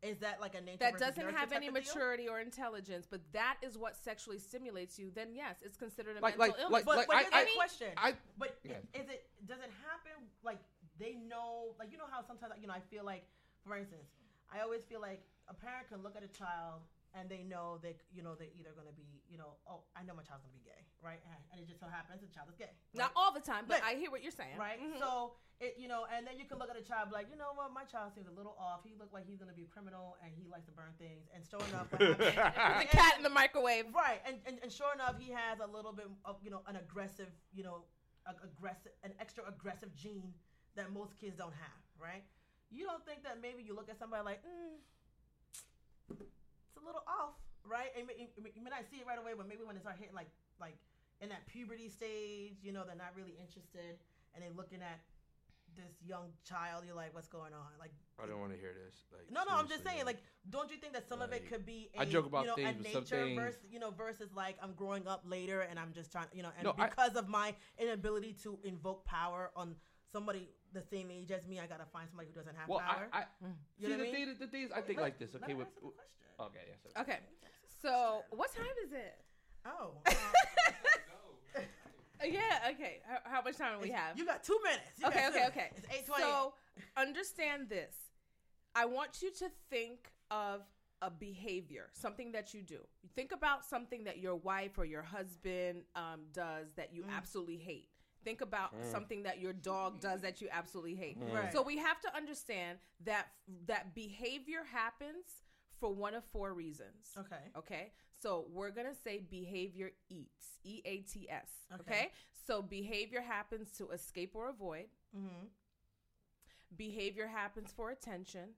Is that like a nature
that
versus
doesn't
nurture
have
type
any
of deal?
maturity or intelligence, but that is what sexually stimulates you, then yes, it's considered a
Like-
mental
like-
illness.
But,
Like,
but
I-
here's
I-
my question.
I-
but i-
Yeah.
is it does it happen like they know like you know how sometimes you know I feel like for instance I always feel like a parent can look at a child and they know they you know they're either gonna be you know oh I know my child's gonna be gay right and, and it just so happens the child is gay
Not all the time, but
Right.
I hear what you're saying. Mm-hmm.
right?
Mm-hmm.
So it, you know, and then you can look at a child be like, you know what, my child seems a little off. He looked like he's gonna be a criminal, and he likes to burn things. And sure enough, what happened-
The cat in the microwave.
right? And, and and sure enough, he has a little bit of you know an aggressive, you know, a, aggressive, an extra aggressive gene that most kids don't have, right? You don't think that maybe you look at somebody like, mm, it's a little off, right? And may- you may- you may not see it right away, but maybe when they start hitting like like in that puberty stage, you know, they're not really interested, and they're looking at this young child. You're like, what's going on? Like,
I don't want to hear this. Like,
no, no, I'm just
seriously,
saying, like, don't you think that some of it
Like,
could be a
I joke about
you know,
things,
a
but some
nature
things-
versus you know versus like I'm growing up later and I'm just trying you know and
No, I-
because of my inability to invoke power on somebody the same age as me, I gotta find somebody who doesn't have
Well,
power. Hmm.
I, I
You
see
know what I
the
mean?
thing. The thing is, I think
Wait,
like this.
let
Okay,
me
with uh,
answer the
with-
question.
okay, yes. sir.
Okay. So what time is it?
Oh,
Uh, Yeah, okay. How, how much time do we
it's-
have?
You got two minutes. You
okay,
got
okay,
two
okay.
minutes. It's eight twenty.
So understand this. I want you to think of a behavior, something that you do. Think about something that your wife or your husband um, does that
Mm.
you absolutely hate. Think about something that your dog does that you absolutely hate.
Right.
So we have to understand that that behavior happens for one of four reasons.
okay.
Okay. So we're going to say behavior eats, E A T S.
Okay.
Okay. So behavior happens to escape or avoid.
Mm-hmm.
Behavior happens for attention.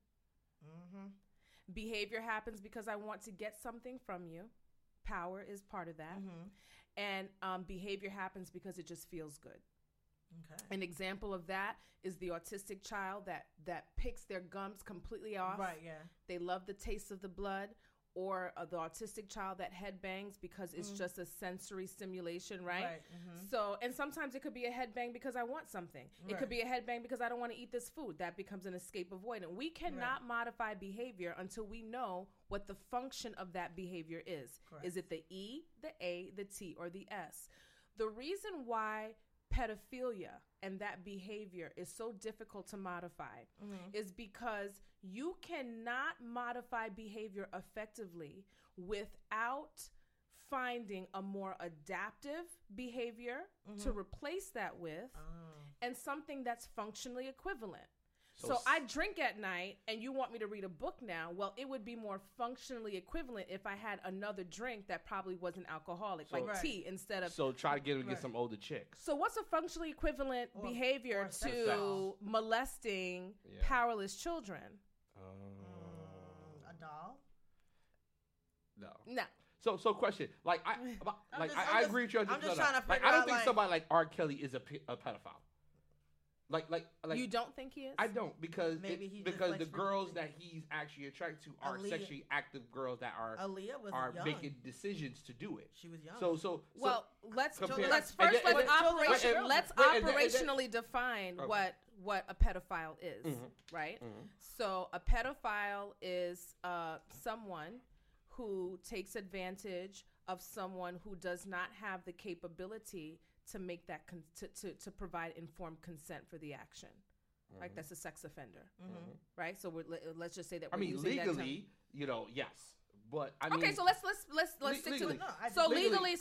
Mm-hmm.
Behavior happens because I want to get something from you. Power is part of that.
Mm-hmm.
And um, behavior happens because it just feels good.
Okay.
An example of that is the autistic child that that picks their gums completely off.
Right. Yeah.
They love the taste of the blood. Or uh, the autistic child that headbangs because
Mm-hmm.
it's just a sensory stimulation,
Right.
right?
Mm-hmm.
So, and sometimes it could be a headbang because I want something. It could be
Right.
a headbang because I don't want to eat this food. That becomes an escape avoidant. We cannot modify behavior until we know what the function of that behavior is. Is
Correct.
it the E, the A, the T, or the S? The reason why pedophilia and that behavior is so difficult to modify
Mm-hmm.
is because you cannot modify behavior effectively without finding a more adaptive behavior to replace that with
Oh.
and something that's functionally equivalent. So I drink at night and you want me to read a book now. Well, it would be more functionally equivalent if I had another drink that probably wasn't alcoholic,
So-
like
Right.
tea instead of. So,
So try to get him to get
Right.
some older chicks.
what's a functionally equivalent
Or-
behavior
or sex
to
dolls.
molesting
Yeah.
powerless children?
Mm, a doll.
no.
No.
So, so question, like I, about-
I'm
like
just-
I,
I'm
I
just-
agree with you. on
I'm
this-
just
no, no.
trying to
like,
figure
I don't
out,
think
like-
somebody like R. Kelly is a, pe- a pedophile. Like, like, like
you don't think he is?
I don't because it-
Maybe he just
because
likes
the
freaking
girls
things.
that he's actually attracted to are
Aaliyah-
sexually active girls that are
Aaliyah was
are
young.
making decisions to do it.
she was young.
So, so, so
well, let's
compare-
let's
and
first
then-
let's
and then-
operation,
wait, and-
let's
wait, and then- and then-
operationally define
Okay.
what what a pedophile is,
Mhm.
right?
Mhm.
So a pedophile is uh, someone who takes advantage of someone who does not have the capability to make that con- to, to to provide informed consent for the action.
Mm-hmm.
Like that's a sex offender,
Mhm.
right? So we're, let- let's just say that
I
we're
mean,
using that term.
legally, you know, yes, but I mean,
okay, so let's let's let's let's
Le-
stick to
legally.
it.
No, I
So
Legally.
legally,